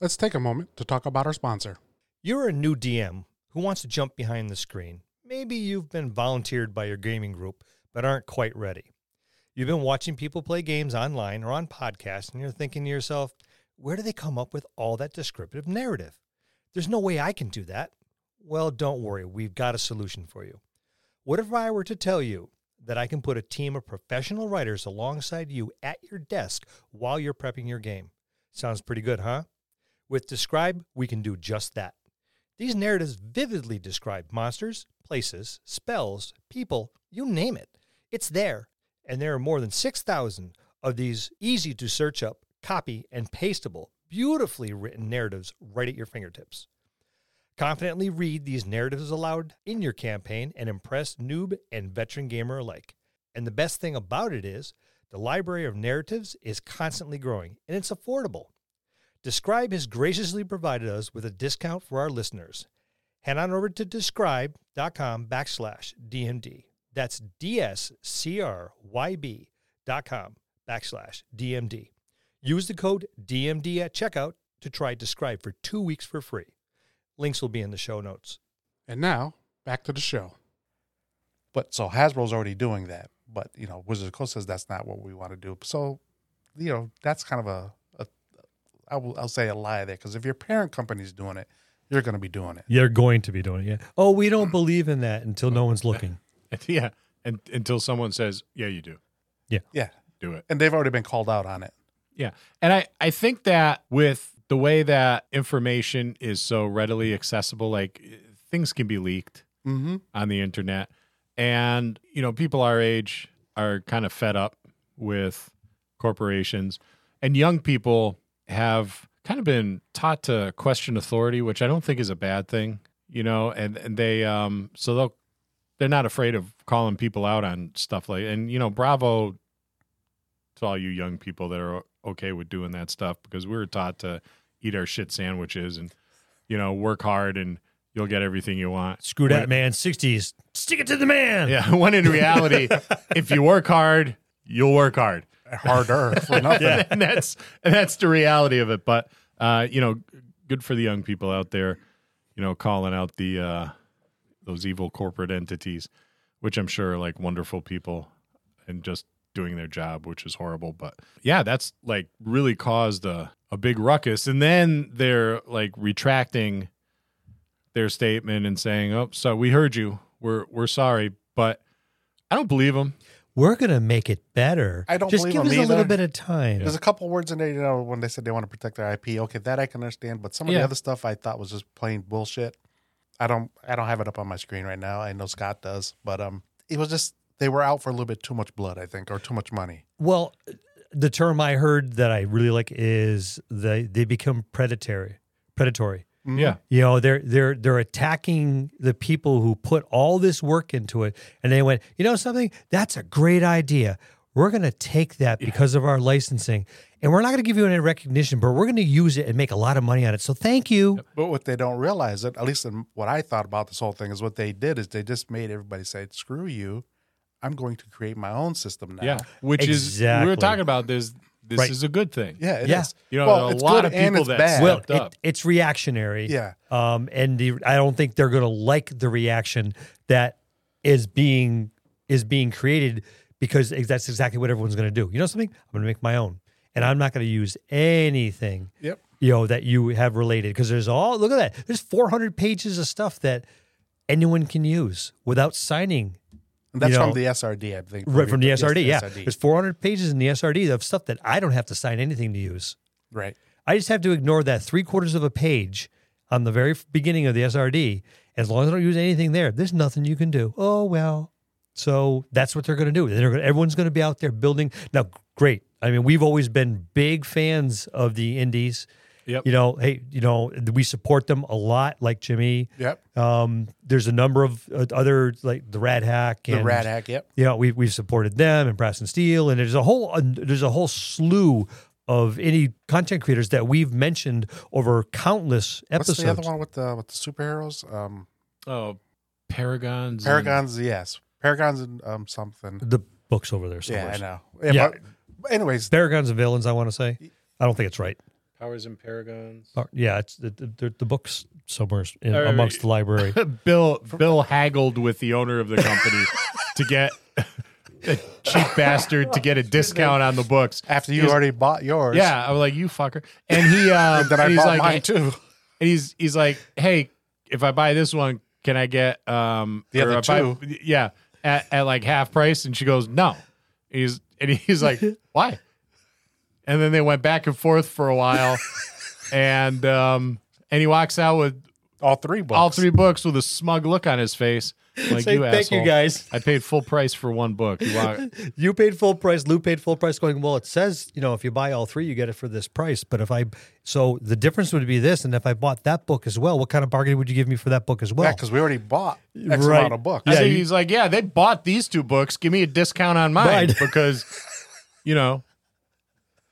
Speaker 1: Let's take a moment to talk about our sponsor.
Speaker 2: You're a new DM who wants to jump behind the screen. Maybe you've been volunteered by your gaming group but aren't quite ready. You've been watching people play games online or on podcasts and you're thinking to yourself, where do they come up with all that descriptive narrative? There's no way I can do that. Well, don't worry, we've got a solution for you. What if I were to tell you that I can put a team of professional writers alongside you at your desk while you're prepping your game? Sounds pretty good, huh? With Describe, we can do just that. These narratives vividly describe monsters, places, spells, people, you name it. It's there. And there are more than 6,000 of these easy to search up, copy, and pastable, beautifully written narratives right at your fingertips. Confidently read these narratives aloud in your campaign and impress noob and veteran gamer alike. And the best thing about it is, the library of narratives is constantly growing and it's affordable. Describe has graciously provided us with a discount for our listeners. Head on over to describe.com backslash DMD. That's DSCRYB dot com backslash DMD. Use the code DMD at checkout to try Describe for two weeks for free. Links will be in the show notes.
Speaker 1: And now, back to the show. But so Hasbro's already doing that, but you know, Wizards of the Coast says that's not what we want to do. So, you know, that's kind of a, a I will, I'll say a lie there because if your parent company's doing it, you're going to be doing it.
Speaker 2: You're going to be doing it. Yeah. Oh, we don't believe in that until no one's looking.
Speaker 3: yeah. And until someone says, Yeah, you do.
Speaker 1: Yeah,
Speaker 3: Do it.
Speaker 1: and they've already been called out on it.
Speaker 3: Yeah. And I, I think that with the way that information is so readily accessible, like things can be leaked
Speaker 1: Mm-hmm.
Speaker 3: on the internet. And, you know, people our age are kind of fed up with corporations. And young people have kind of been taught to question authority, which I don't think is a bad thing, you know, and, and they um so they'll they're not afraid of calling people out on stuff like and you know, bravo to all you young people that are okay with doing that stuff because we were taught to eat our shit sandwiches and you know, work hard and you'll get everything you want.
Speaker 2: Screw that, man. 60s. Stick it to the man.
Speaker 3: Yeah, when in reality, if you work hard, you'll work hard.
Speaker 1: Harder for nothing.
Speaker 3: and that's and that's the reality of it. But uh, you know, good for the young people out there, you know, calling out the uh, those evil corporate entities, which I'm sure are like wonderful people and just doing their job, which is horrible. But yeah, that's like really caused a, a big ruckus. And then they're like retracting their statement and saying, "Oh, so we heard you. We're we're sorry, but I don't believe them."
Speaker 2: We're going to make it better.
Speaker 1: I don't
Speaker 2: Just
Speaker 1: believe
Speaker 2: give
Speaker 1: them
Speaker 2: us a little
Speaker 1: either.
Speaker 2: bit of time.
Speaker 1: There's a couple words in there, you know, when they said they want to protect their IP. Okay, that I can understand, but some of
Speaker 3: Yeah.
Speaker 1: the other stuff I thought was just plain bullshit. I don't, I don't have it up on my screen right now. I know Scott does, but um, it was just they were out for a little bit too much blood, I think, or too much money.
Speaker 2: Well, the term I heard that I really like is they they become predatory. Predatory.
Speaker 3: Yeah.
Speaker 2: You know, they're they're they're attacking the people who put all this work into it, and they went, you know, something that's a great idea. We're going to take that because of our licensing, and we're not going to give you any recognition, but we're going to use it and make a lot of money on it. So thank you.
Speaker 1: But what they don't realize, that at least in what I thought about this whole thing, is what they did is they just made everybody say, "Screw you, I'm going to create my own system now."
Speaker 3: Yeah. Which is, we
Speaker 2: Exactly.
Speaker 3: were talking about this. This
Speaker 2: Right.
Speaker 3: is a good thing.
Speaker 1: yeah, it
Speaker 2: Yeah.
Speaker 1: is.
Speaker 3: You know,
Speaker 1: Well,
Speaker 3: a
Speaker 1: it's
Speaker 3: lot
Speaker 1: good
Speaker 3: of
Speaker 1: and
Speaker 3: people
Speaker 1: it's
Speaker 3: that
Speaker 1: bad.
Speaker 3: stepped
Speaker 2: well,
Speaker 3: up.
Speaker 2: it, it's reactionary.
Speaker 1: Yeah.
Speaker 2: Um, and the I don't think they're going to like the reaction that is being is being created because ex- that's exactly what everyone's going to do. You know something? I'm going to make my own, and I'm not going to use anything.
Speaker 1: Yep.
Speaker 2: You know that you have related because there's all look at that. There's 400 pages of stuff that anyone can use without signing
Speaker 1: And that's
Speaker 2: you know,
Speaker 1: from the SRD, I think.
Speaker 2: right from the
Speaker 1: Yes,
Speaker 2: SRD. yeah,
Speaker 1: SRD.
Speaker 2: there's 400 pages in the SRD of stuff that I don't have to sign anything to use.
Speaker 1: Right.
Speaker 2: I just have to ignore that three quarters of a page on the very f- beginning of the SRD. As long as I don't use anything there, there's nothing you can do. Oh well. So that's what they're going to do. They're gonna, everyone's going to be out there building. Now, great. I mean, we've always been big fans of the indies.
Speaker 3: Yep.
Speaker 2: You know, hey, you know, we support them a lot. Like Jimmy.
Speaker 1: Yep.
Speaker 2: Um, there's a number of uh, other like the Rad Hack.
Speaker 1: The
Speaker 2: And,
Speaker 1: Rat Hack. Yep.
Speaker 2: you know, we we've supported them and Brass and Steel, and there's a whole uh, there's a whole slew of any content creators that we've mentioned over countless
Speaker 1: What's
Speaker 2: episodes.
Speaker 1: the other one with the with the superheroes? Um,
Speaker 3: Oh, Paragons. and-
Speaker 1: Paragons. Yes, Paragons and um something.
Speaker 2: The book's over there
Speaker 1: Yeah,
Speaker 2: somewhere.
Speaker 1: I know. Yeah.
Speaker 2: Yeah.
Speaker 1: But, but anyways,
Speaker 2: Paragons and villains. I want to say. I don't think it's right.
Speaker 3: Powers and Paragons.
Speaker 2: Or- Yeah, it's the, the, the book's somewhere in,
Speaker 3: All right.
Speaker 2: amongst the library.
Speaker 3: Bill Bill haggled with the owner of the company to get a cheap bastard to get a discount on the books.
Speaker 1: after you
Speaker 3: He's-
Speaker 1: already bought yours,
Speaker 3: Yeah, I'm like you fucker, and he um,
Speaker 1: and then I
Speaker 3: he's
Speaker 1: bought
Speaker 3: like,
Speaker 1: mine too.
Speaker 3: and he's he's like, hey, if I buy this one, can I get um
Speaker 1: The
Speaker 3: or
Speaker 1: other
Speaker 3: if I-
Speaker 1: two.
Speaker 3: yeah, at, at like half price, and she goes, no. He's and he's like, why? And then they went back and forth for a while, and um and he walks out with
Speaker 1: All three books.
Speaker 3: all three books with a smug look on his face. Like you asshole.
Speaker 2: guys.
Speaker 3: I paid full price for one book. You want-
Speaker 2: You paid full price. Lou paid full price. Going well. It says you know if you buy all three, you get it for this price. But if I so the difference would be this, and if I bought that book as well, what kind of bargain would you give me for that book as well?
Speaker 1: Yeah, because we already bought X
Speaker 2: Right.
Speaker 1: amount of books.
Speaker 3: I
Speaker 2: Yeah,
Speaker 3: think
Speaker 2: you-
Speaker 3: he's like, yeah, they bought these two books. Give me a discount on mine
Speaker 2: Mine.
Speaker 3: because, you know,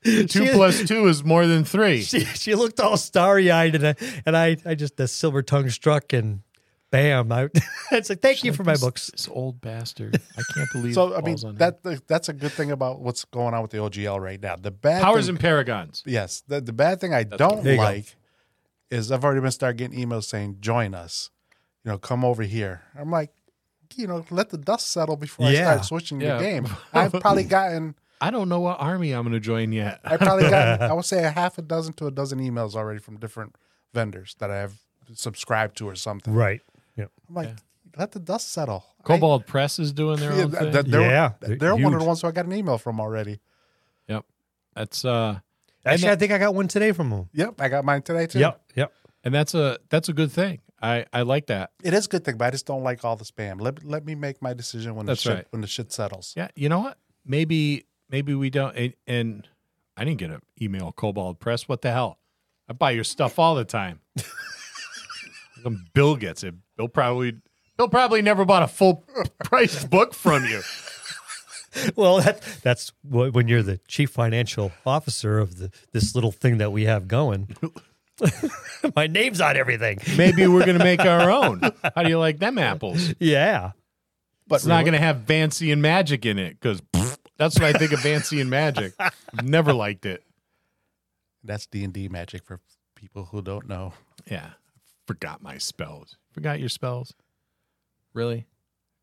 Speaker 3: two
Speaker 2: She-
Speaker 3: plus two is more than three.
Speaker 2: she, she looked all starry eyed, and I, and I, I just the silver tongue struck, and bam! I, it's like thank you for my books.
Speaker 3: This old bastard. I can't believe.
Speaker 1: So I mean that that's a good thing about what's going on with the OGL right now. The bad
Speaker 3: powers
Speaker 1: thing,
Speaker 3: and paragons.
Speaker 1: yes, the, the bad thing I don't
Speaker 2: There you go.
Speaker 1: like is I've already been start getting emails saying join us, you know, come over here. I'm like, you know, let the dust settle before
Speaker 2: Yeah.
Speaker 1: I start switching your
Speaker 3: Yeah.
Speaker 1: game. I've probably gotten,
Speaker 3: I don't know what army I'm going to join yet.
Speaker 1: I probably gotten, I would say a half a dozen to a dozen emails already from different vendors that I have subscribed to or something.
Speaker 2: Right. Yeah. eh?
Speaker 1: I'm like, let the dust settle. I-
Speaker 3: Cobalt Press is doing their
Speaker 1: yeah,
Speaker 3: own thing.
Speaker 1: th- th- they're,
Speaker 2: Yeah,
Speaker 1: they're,
Speaker 2: they're
Speaker 1: one of the
Speaker 2: huge.
Speaker 1: ones who I got an email from already.
Speaker 3: yep. That's uh,
Speaker 2: Actually, I think I got one today from him.
Speaker 1: Yep, I got mine today too.
Speaker 2: Yep. Yep.
Speaker 3: and that's a that's a good thing. I I like that.
Speaker 1: It is a good thing, but I just don't like all the spam. Let, let me make my decision when
Speaker 3: That's
Speaker 1: the shit
Speaker 3: right.
Speaker 1: when the shit settles.
Speaker 3: Yeah, you know what? Maybe maybe we don't. And, and I didn't get an email Cobalt Press. What the hell? I buy your stuff all the time. Then Bill gets it. Bill probably Bill probably never bought a full price book from you.
Speaker 2: Well, that, that's wh- when you're the chief financial officer of the, this little thing that we have going. my name's on everything.
Speaker 3: Maybe we're gonna make our own. How do you like them apples?
Speaker 2: Yeah.
Speaker 1: But
Speaker 3: It's not gonna have Vancy and Magic in it because that's what I think of Vancy and Magic. I've never liked it.
Speaker 1: that's D and D magic for people who don't know.
Speaker 3: Yeah, forgot my spells. Forgot your spells. Really?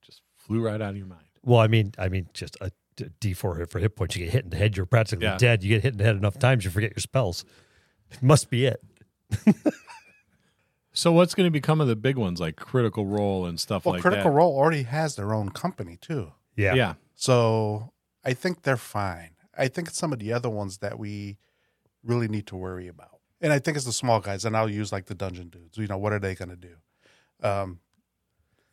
Speaker 3: Just flew right out of your mind.
Speaker 2: Well, I mean, I mean, just a d- D four hit for hit points. You get hit in the head, you're practically
Speaker 3: Yeah.
Speaker 2: dead. You get hit in the head enough times, you forget your spells. Must be it.
Speaker 3: So what's going to become of the big ones like Critical Role and stuff
Speaker 1: Well,
Speaker 3: like
Speaker 1: Critical
Speaker 3: that?
Speaker 1: Role already has their own company too,
Speaker 2: Yeah.
Speaker 3: yeah.
Speaker 1: so I think they're fine. I think it's some of the other ones that we really need to worry about, and I think it's the small guys. And I'll use like the dungeon dudes. You know, what are they going to do? Um,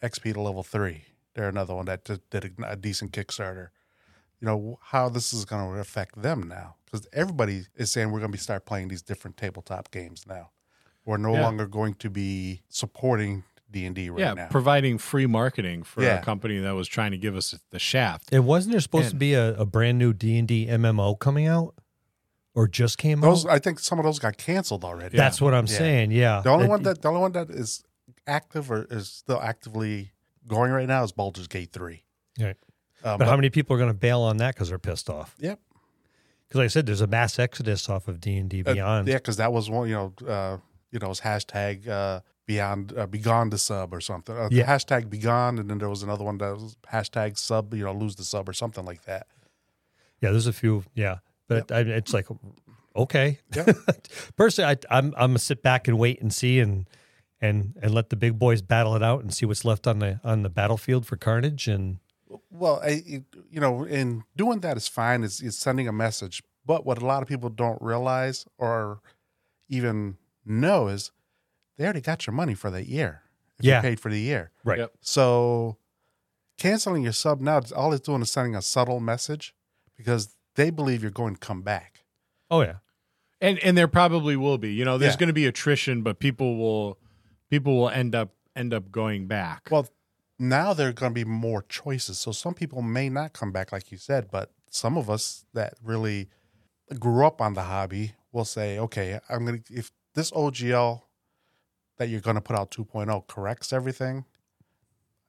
Speaker 1: XP to level three. They're another one that did, did a decent Kickstarter. You know how this is going to affect them now because everybody is saying we're going to be start playing these different tabletop games now. We're no
Speaker 3: Yeah.
Speaker 1: longer going to be supporting D and D right
Speaker 3: yeah,
Speaker 1: now.
Speaker 3: providing free marketing for
Speaker 1: Yeah.
Speaker 3: a company that was trying to give us the shaft.
Speaker 2: And wasn't there supposed to
Speaker 3: And-
Speaker 2: be a, a brand new D and D MMO coming out, or just came
Speaker 1: those
Speaker 2: out?
Speaker 1: I think some of those got canceled already.
Speaker 2: That's what I'm
Speaker 1: Yeah.
Speaker 2: saying. Yeah,
Speaker 1: The only
Speaker 2: It-
Speaker 1: one that the only one that is active or is still actively going right now is Baldur's Gate three.
Speaker 2: Right.
Speaker 1: Um,
Speaker 2: But how many people are going to bail on that because they're pissed off?
Speaker 1: Yep.
Speaker 2: Because like I said, there's a mass exodus off of D and D
Speaker 1: Uh,
Speaker 2: Beyond.
Speaker 1: Yeah, because that was one. You know, uh, you know, it was hashtag uh, beyond uh, beyond the sub or something. Uh,
Speaker 2: Yeah.
Speaker 1: Hashtag beyond, and then there was another one that was hashtag sub. You know, lose the sub or something like that.
Speaker 2: Yeah, there's a few. Yeah, but I, it's like okay.
Speaker 1: Yeah.
Speaker 2: Personally, I, I'm I'm gonna sit back and wait and see and and and let the big boys battle it out and see what's left on the on the battlefield for carnage. And
Speaker 1: Well, I, it- you know, and doing that is fine. It's, it's sending a message. But what a lot of people don't realize or even know is they already got your money for that year. If
Speaker 2: Yeah.
Speaker 1: you paid for the year.
Speaker 2: Right.
Speaker 3: Yep.
Speaker 1: So canceling your sub now, all it's doing is sending a subtle message because they believe you're going to come back.
Speaker 2: oh yeah,
Speaker 3: And and there probably will be. You know, there's
Speaker 1: Yeah.
Speaker 3: going to be attrition, but people will people will end up end up going back.
Speaker 1: Well, now there are going to be more choices. So some people may not come back, like you said, but some of us that really grew up on the hobby will say, okay, I'm going to, if this OGL that you're going to put out 2.0 corrects everything,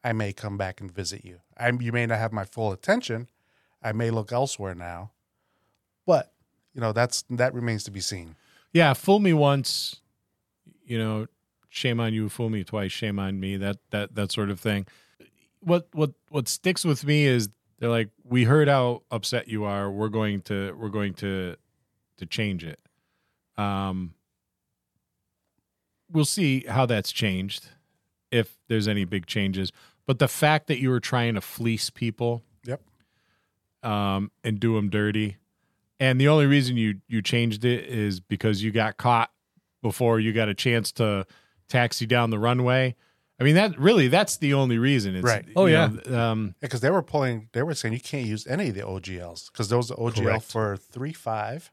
Speaker 1: I may come back and visit you. I, you may not have my full attention. I may look elsewhere now, but you know, that's, that remains to be seen.
Speaker 3: yeah, fool me once, you know, shame on you, fool me twice, shame on me, that that that sort of thing. What what what sticks with me is they're like, We heard how upset you are, we're going to we're going to to change it. Um we'll see how that's changed, if there's any big changes. But the fact that you were trying to fleece people
Speaker 1: Yep.
Speaker 3: um, and do them dirty. And the only reason you you changed it is because you got caught before you got a chance to taxi down the runway. I mean that really that's the only reason. It's,
Speaker 1: Right.
Speaker 2: Oh,
Speaker 3: you
Speaker 2: yeah.
Speaker 3: know, um,
Speaker 1: Because they were pulling, they were saying you can't use any of the OGLs because there was the OGL
Speaker 3: Correct.
Speaker 1: for three five,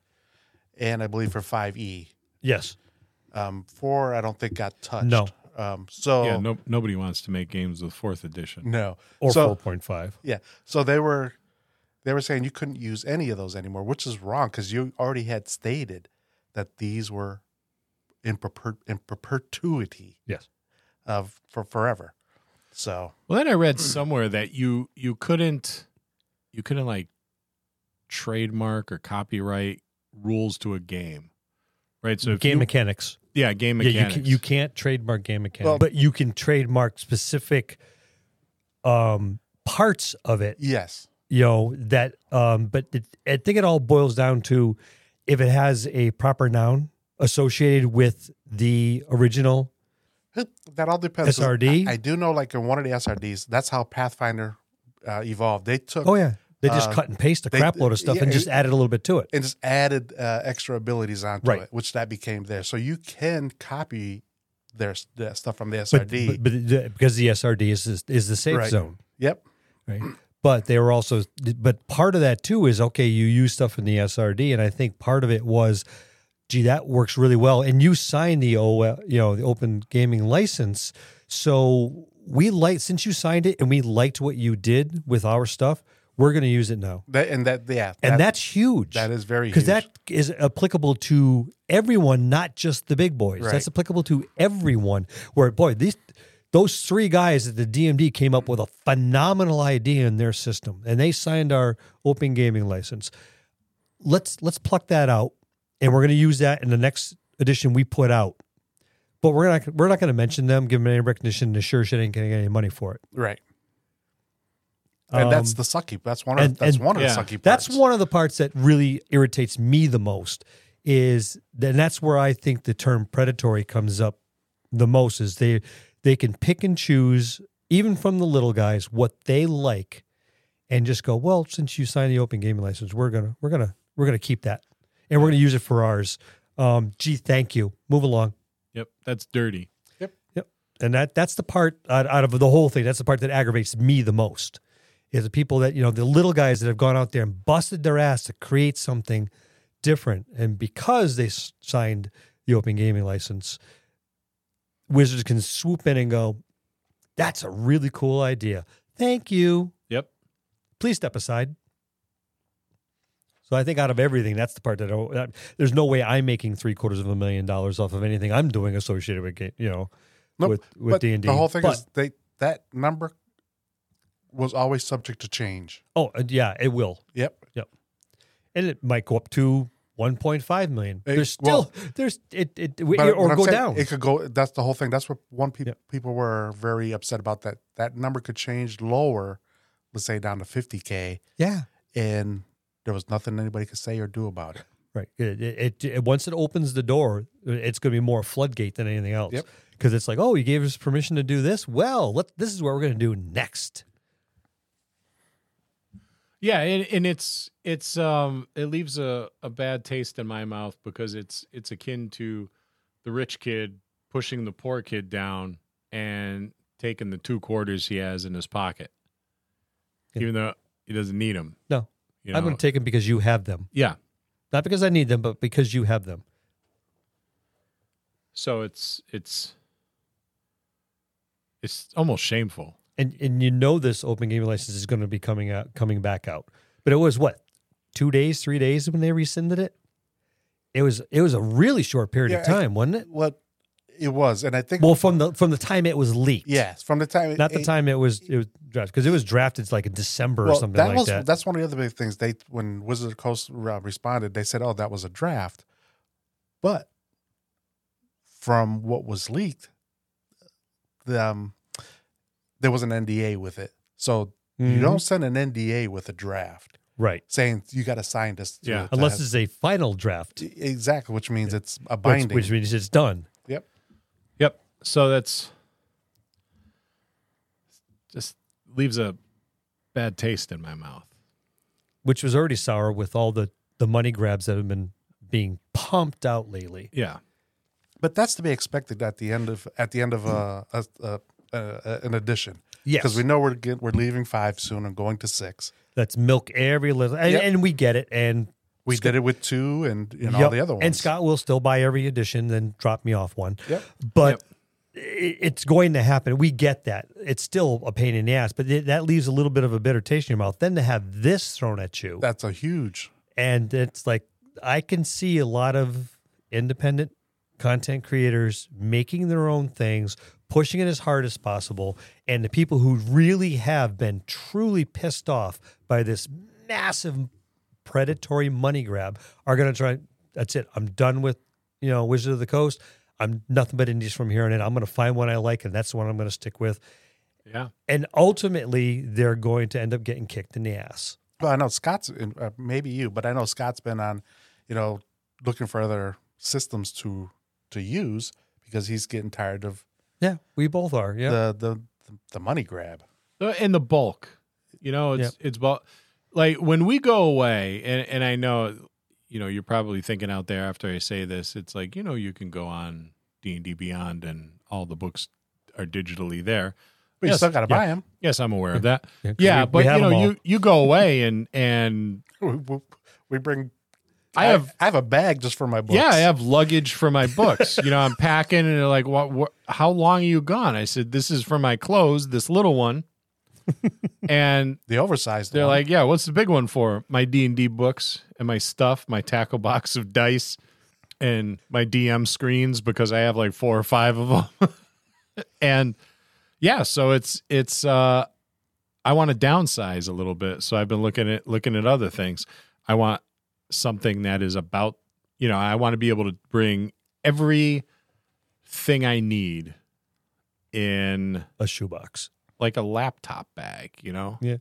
Speaker 1: and I believe for five E.
Speaker 2: yes,
Speaker 1: Um, four, I don't think got touched.
Speaker 2: No.
Speaker 1: Um, so
Speaker 2: Oh.
Speaker 3: yeah.
Speaker 1: no.
Speaker 3: No, nobody wants to make games with fourth edition.
Speaker 2: or
Speaker 1: so
Speaker 2: four point five.
Speaker 1: yeah, so they were, they were saying you couldn't use any of those anymore, which is wrong because you already had stated that these were in, perper- in perpetuity
Speaker 2: Yes.
Speaker 1: of for forever. So
Speaker 3: Well, then I read somewhere that you you couldn't you couldn't like trademark or copyright rules to a game, right? So if
Speaker 2: game
Speaker 3: you-
Speaker 2: mechanics.
Speaker 3: yeah, game
Speaker 2: Yeah, you,
Speaker 3: mechanics.
Speaker 2: can, you can't trademark game mechanics,
Speaker 1: Well-
Speaker 2: but you can trademark specific um, parts of it.
Speaker 1: yes,
Speaker 2: you know that um but it, i think it all boils down to if it has a proper noun associated with the original
Speaker 1: That all depends.
Speaker 2: SRD?
Speaker 1: I, I do know, like in one of the SRDs, that's how Pathfinder uh, evolved. They took
Speaker 2: oh yeah they just
Speaker 1: Uh,
Speaker 2: cut and paste a
Speaker 1: they-
Speaker 2: crap load of stuff
Speaker 1: yeah,
Speaker 2: and just
Speaker 1: it-
Speaker 2: added a little bit to it
Speaker 1: and just added uh, extra abilities onto
Speaker 2: Right.
Speaker 1: it, which that became there. So you can copy their, their stuff from the
Speaker 2: but,
Speaker 1: SRD.
Speaker 2: but, but the- because the srd is is, is the safe
Speaker 1: Right.
Speaker 2: zone
Speaker 1: yep.
Speaker 2: right but they were also but part of that too is okay you use stuff in the srd and i think part of it was gee that works really well and you signed the o you know the open gaming license so we like since you signed it and we liked what you did with our stuff we're going to use it now
Speaker 1: That, and that, yeah.
Speaker 2: and
Speaker 1: that,
Speaker 2: that's huge
Speaker 1: that is very
Speaker 2: because
Speaker 1: huge.
Speaker 2: that is applicable to everyone, not just the big boys.
Speaker 1: Right.
Speaker 2: That's applicable to everyone. Where boy, these those three guys at the DMD came up with a phenomenal idea in their system, and they signed our open gaming license. Let's let's pluck that out, and we're going to use that in the next edition we put out. But we're not we're not going to mention them, give them any recognition, and assure shit ain't going to get any money for it.
Speaker 1: right. And that's
Speaker 2: Um,
Speaker 1: the sucky. That's one of
Speaker 2: and-
Speaker 1: that's
Speaker 2: and-
Speaker 1: one of
Speaker 3: yeah.
Speaker 1: the sucky.
Speaker 2: That's
Speaker 1: parts.
Speaker 2: one of the parts that really irritates me the most is and that's where I think the term predatory comes up the most is they they can pick and choose even from the little guys what they like and just go, well, since you signed the open gaming license, we're gonna we're gonna we're gonna keep that and we're gonna use it for ours. Um, gee, thank you. Move along.
Speaker 3: yep, that's dirty.
Speaker 2: And that that's the part out, out of the whole thing. That's the part that aggravates me the most. Is the people that you know, the little guys that have gone out there and busted their ass to create something different, and because they s- signed the open gaming license, wizards can swoop in and go, that's a really cool idea. Thank you.
Speaker 3: Yep.
Speaker 2: Please step aside. So I think out of everything, that's the part that, I- that there's no way I'm making three quarters of a million dollars off of anything I'm doing associated with ga- you know
Speaker 1: Nope,
Speaker 2: with with
Speaker 1: But
Speaker 2: D and D.
Speaker 1: The whole thing is they that number was always subject to change.
Speaker 2: oh uh, yeah, it will.
Speaker 1: Yep.
Speaker 2: and it might go up to 1.5 million.
Speaker 1: It-
Speaker 2: there's still
Speaker 1: well-
Speaker 2: there's it it, we-
Speaker 1: But what
Speaker 2: or
Speaker 1: I'm
Speaker 2: go
Speaker 1: saying,
Speaker 2: down.
Speaker 1: It could go. That's the whole thing. That's what one people
Speaker 2: Yep.
Speaker 1: people were very upset about. That that number could change lower, let's say down to fifty k,
Speaker 4: Yeah.
Speaker 1: and there was nothing anybody could say or do about it.
Speaker 2: right. It, it, it- once it opens the door, it's going to be more a floodgate than anything else.
Speaker 1: Yep.
Speaker 2: Because it's like, oh, you gave us permission to do this. Well, let this is what we're going to do next.
Speaker 3: Yeah, and, and it's it's um it leaves a, a bad taste in my mouth because it's it's akin to the rich kid pushing the poor kid down and taking the two quarters he has in his pocket.
Speaker 2: Yeah.
Speaker 3: Even though he doesn't need them.
Speaker 2: No.
Speaker 3: You
Speaker 2: I'm
Speaker 3: know?
Speaker 2: going to take them because you have them,
Speaker 3: yeah.
Speaker 2: not because I need them, but because you have them.
Speaker 3: So it's it's it's almost shameful.
Speaker 2: And and you know this open gaming license is going to be coming out coming back out. But it was what two days, three days when they rescinded it. It was it was a really short period of
Speaker 1: Yeah, I-
Speaker 2: time, wasn't it?
Speaker 1: What it was, and I think
Speaker 2: Well, from the from the time it was leaked,
Speaker 1: yes, from the time
Speaker 2: not the
Speaker 1: it-
Speaker 2: time it was it was drafted because it was drafted like in December or
Speaker 1: well,
Speaker 2: something
Speaker 1: that
Speaker 2: like
Speaker 1: was,
Speaker 2: that.
Speaker 1: That's one of the other big things. They when Wizard of the Coast uh, responded, they said, "Oh, that was a draft," but from what was leaked, the, um, there was an NDA with it. So you
Speaker 2: Mhm.
Speaker 1: don't send an NDA with a draft
Speaker 2: right
Speaker 1: saying you got to sign this. to-
Speaker 3: Yeah.
Speaker 1: to
Speaker 2: unless
Speaker 1: have-
Speaker 2: it's a final draft, which-
Speaker 1: exactly, which means it's a binding.
Speaker 2: which means it's done.
Speaker 1: yep.
Speaker 3: Yep. So that's just leaves a bad taste in my mouth.
Speaker 2: Which was already sour with all the the money grabs that have been being pumped out lately.
Speaker 3: Yeah.
Speaker 1: But that's to be expected at the end of at the end of uh, a, a, a, an edition.
Speaker 2: Mm-hmm. Yes.
Speaker 1: because we know we're get, we're leaving five soon and going to six.
Speaker 2: That's milk every little, and,
Speaker 1: Yep.
Speaker 2: and we get it. And
Speaker 1: We did it with two and you know, all
Speaker 2: Yep.
Speaker 1: the other ones.
Speaker 2: And Scott will still buy every edition, then drop me off one.
Speaker 1: Yep.
Speaker 2: But i it's going to happen. We get that. It's still a pain in the ass, but th- that leaves a little bit of a bitter taste in your mouth. Then to have this thrown at you,
Speaker 1: That's a huge.
Speaker 2: and it's like I can see a lot of independent content creators making their own things, pushing it as hard as possible, and the people who really have been truly pissed off by this massive predatory money grab are going to try. That's it. I'm done with you know Wizard of the Coast. I'm nothing but indies from here on in. I'm going to find one I like, and that's the one I'm going to stick with.
Speaker 3: Yeah.
Speaker 2: And ultimately, they're going to end up getting kicked in the ass.
Speaker 1: Well, I know Scott's in- uh, maybe you, but I know Scott's been on, you know, looking for other systems to to use because he's getting tired of
Speaker 2: Yeah, we both are. Yeah.
Speaker 1: the, the the money grab.
Speaker 3: Uh, And the bulk, you know, it's it's bu- like when we go away, and and I know, you know, you're probably thinking out there after I say this, it's like you know you can go on D and D Beyond, and all the books are digitally there.
Speaker 1: But you
Speaker 3: Yes,
Speaker 1: still got to
Speaker 2: yeah.
Speaker 1: buy him.
Speaker 3: Yes, I'm aware of that.
Speaker 2: Yeah,
Speaker 3: Yeah,
Speaker 2: 'cause we- we
Speaker 3: but
Speaker 2: have
Speaker 3: you
Speaker 2: them
Speaker 3: know,
Speaker 2: all.
Speaker 3: you you go away, and and
Speaker 1: We, we- we bring.
Speaker 3: I have
Speaker 1: I have a bag just for my books.
Speaker 3: Yeah, I have luggage for my books. you know, I'm packing, and they're like, "What? what how long are you gone?" I said, "This is for my clothes, this little one." and
Speaker 1: the oversized.
Speaker 3: they're
Speaker 1: one.
Speaker 3: like, "Yeah, what's the big one for?" My D and D books and my stuff, my tackle box of dice, and my DM screens because I have like four or five of them. and yeah, so it's it's uh, I want to downsize a little bit, so I've been looking at looking at other things. I want something that is about you know I want to be able to bring every thing I need in
Speaker 2: a shoebox.
Speaker 3: like a laptop bag, you know?
Speaker 2: Yeah.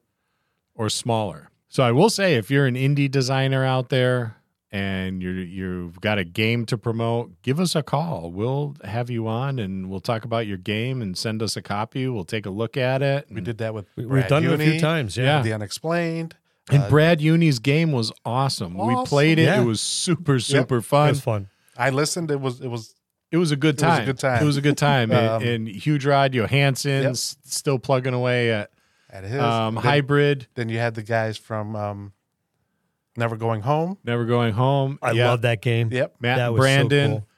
Speaker 3: Or smaller. So I will say if you're an indie designer out there and you're you've got a game to promote, give us a call. We'll have you on and we'll talk about your game and send us a copy. We'll take a look at it.
Speaker 1: we
Speaker 3: And-
Speaker 1: did that with.
Speaker 2: We, we've
Speaker 1: Brad
Speaker 2: done it a few
Speaker 1: Uni,
Speaker 2: times. Yeah.
Speaker 3: Yeah.
Speaker 1: The unexplained.
Speaker 3: And
Speaker 1: Uh,
Speaker 3: Brad Uni's game was awesome. We
Speaker 1: Awesome.
Speaker 3: played it.
Speaker 2: Yeah.
Speaker 3: It was super, super
Speaker 2: It
Speaker 3: fun.
Speaker 2: was fun.
Speaker 1: I listened. It was. It was.
Speaker 3: It was a good
Speaker 1: It was a
Speaker 3: time.
Speaker 1: good time.
Speaker 3: It was a good time. And-
Speaker 1: Um,
Speaker 3: and huge Rod Johansson
Speaker 1: Yep.
Speaker 3: s- still plugging away at
Speaker 1: At his
Speaker 3: um,
Speaker 1: Then-
Speaker 3: hybrid,
Speaker 1: Then you had the guys from um, Never Going Home.
Speaker 3: never going home.
Speaker 2: I
Speaker 3: Yeah.
Speaker 2: love that game.
Speaker 1: Yep.
Speaker 3: Matt
Speaker 2: That
Speaker 3: and
Speaker 2: was so
Speaker 3: Brandon.
Speaker 2: cool.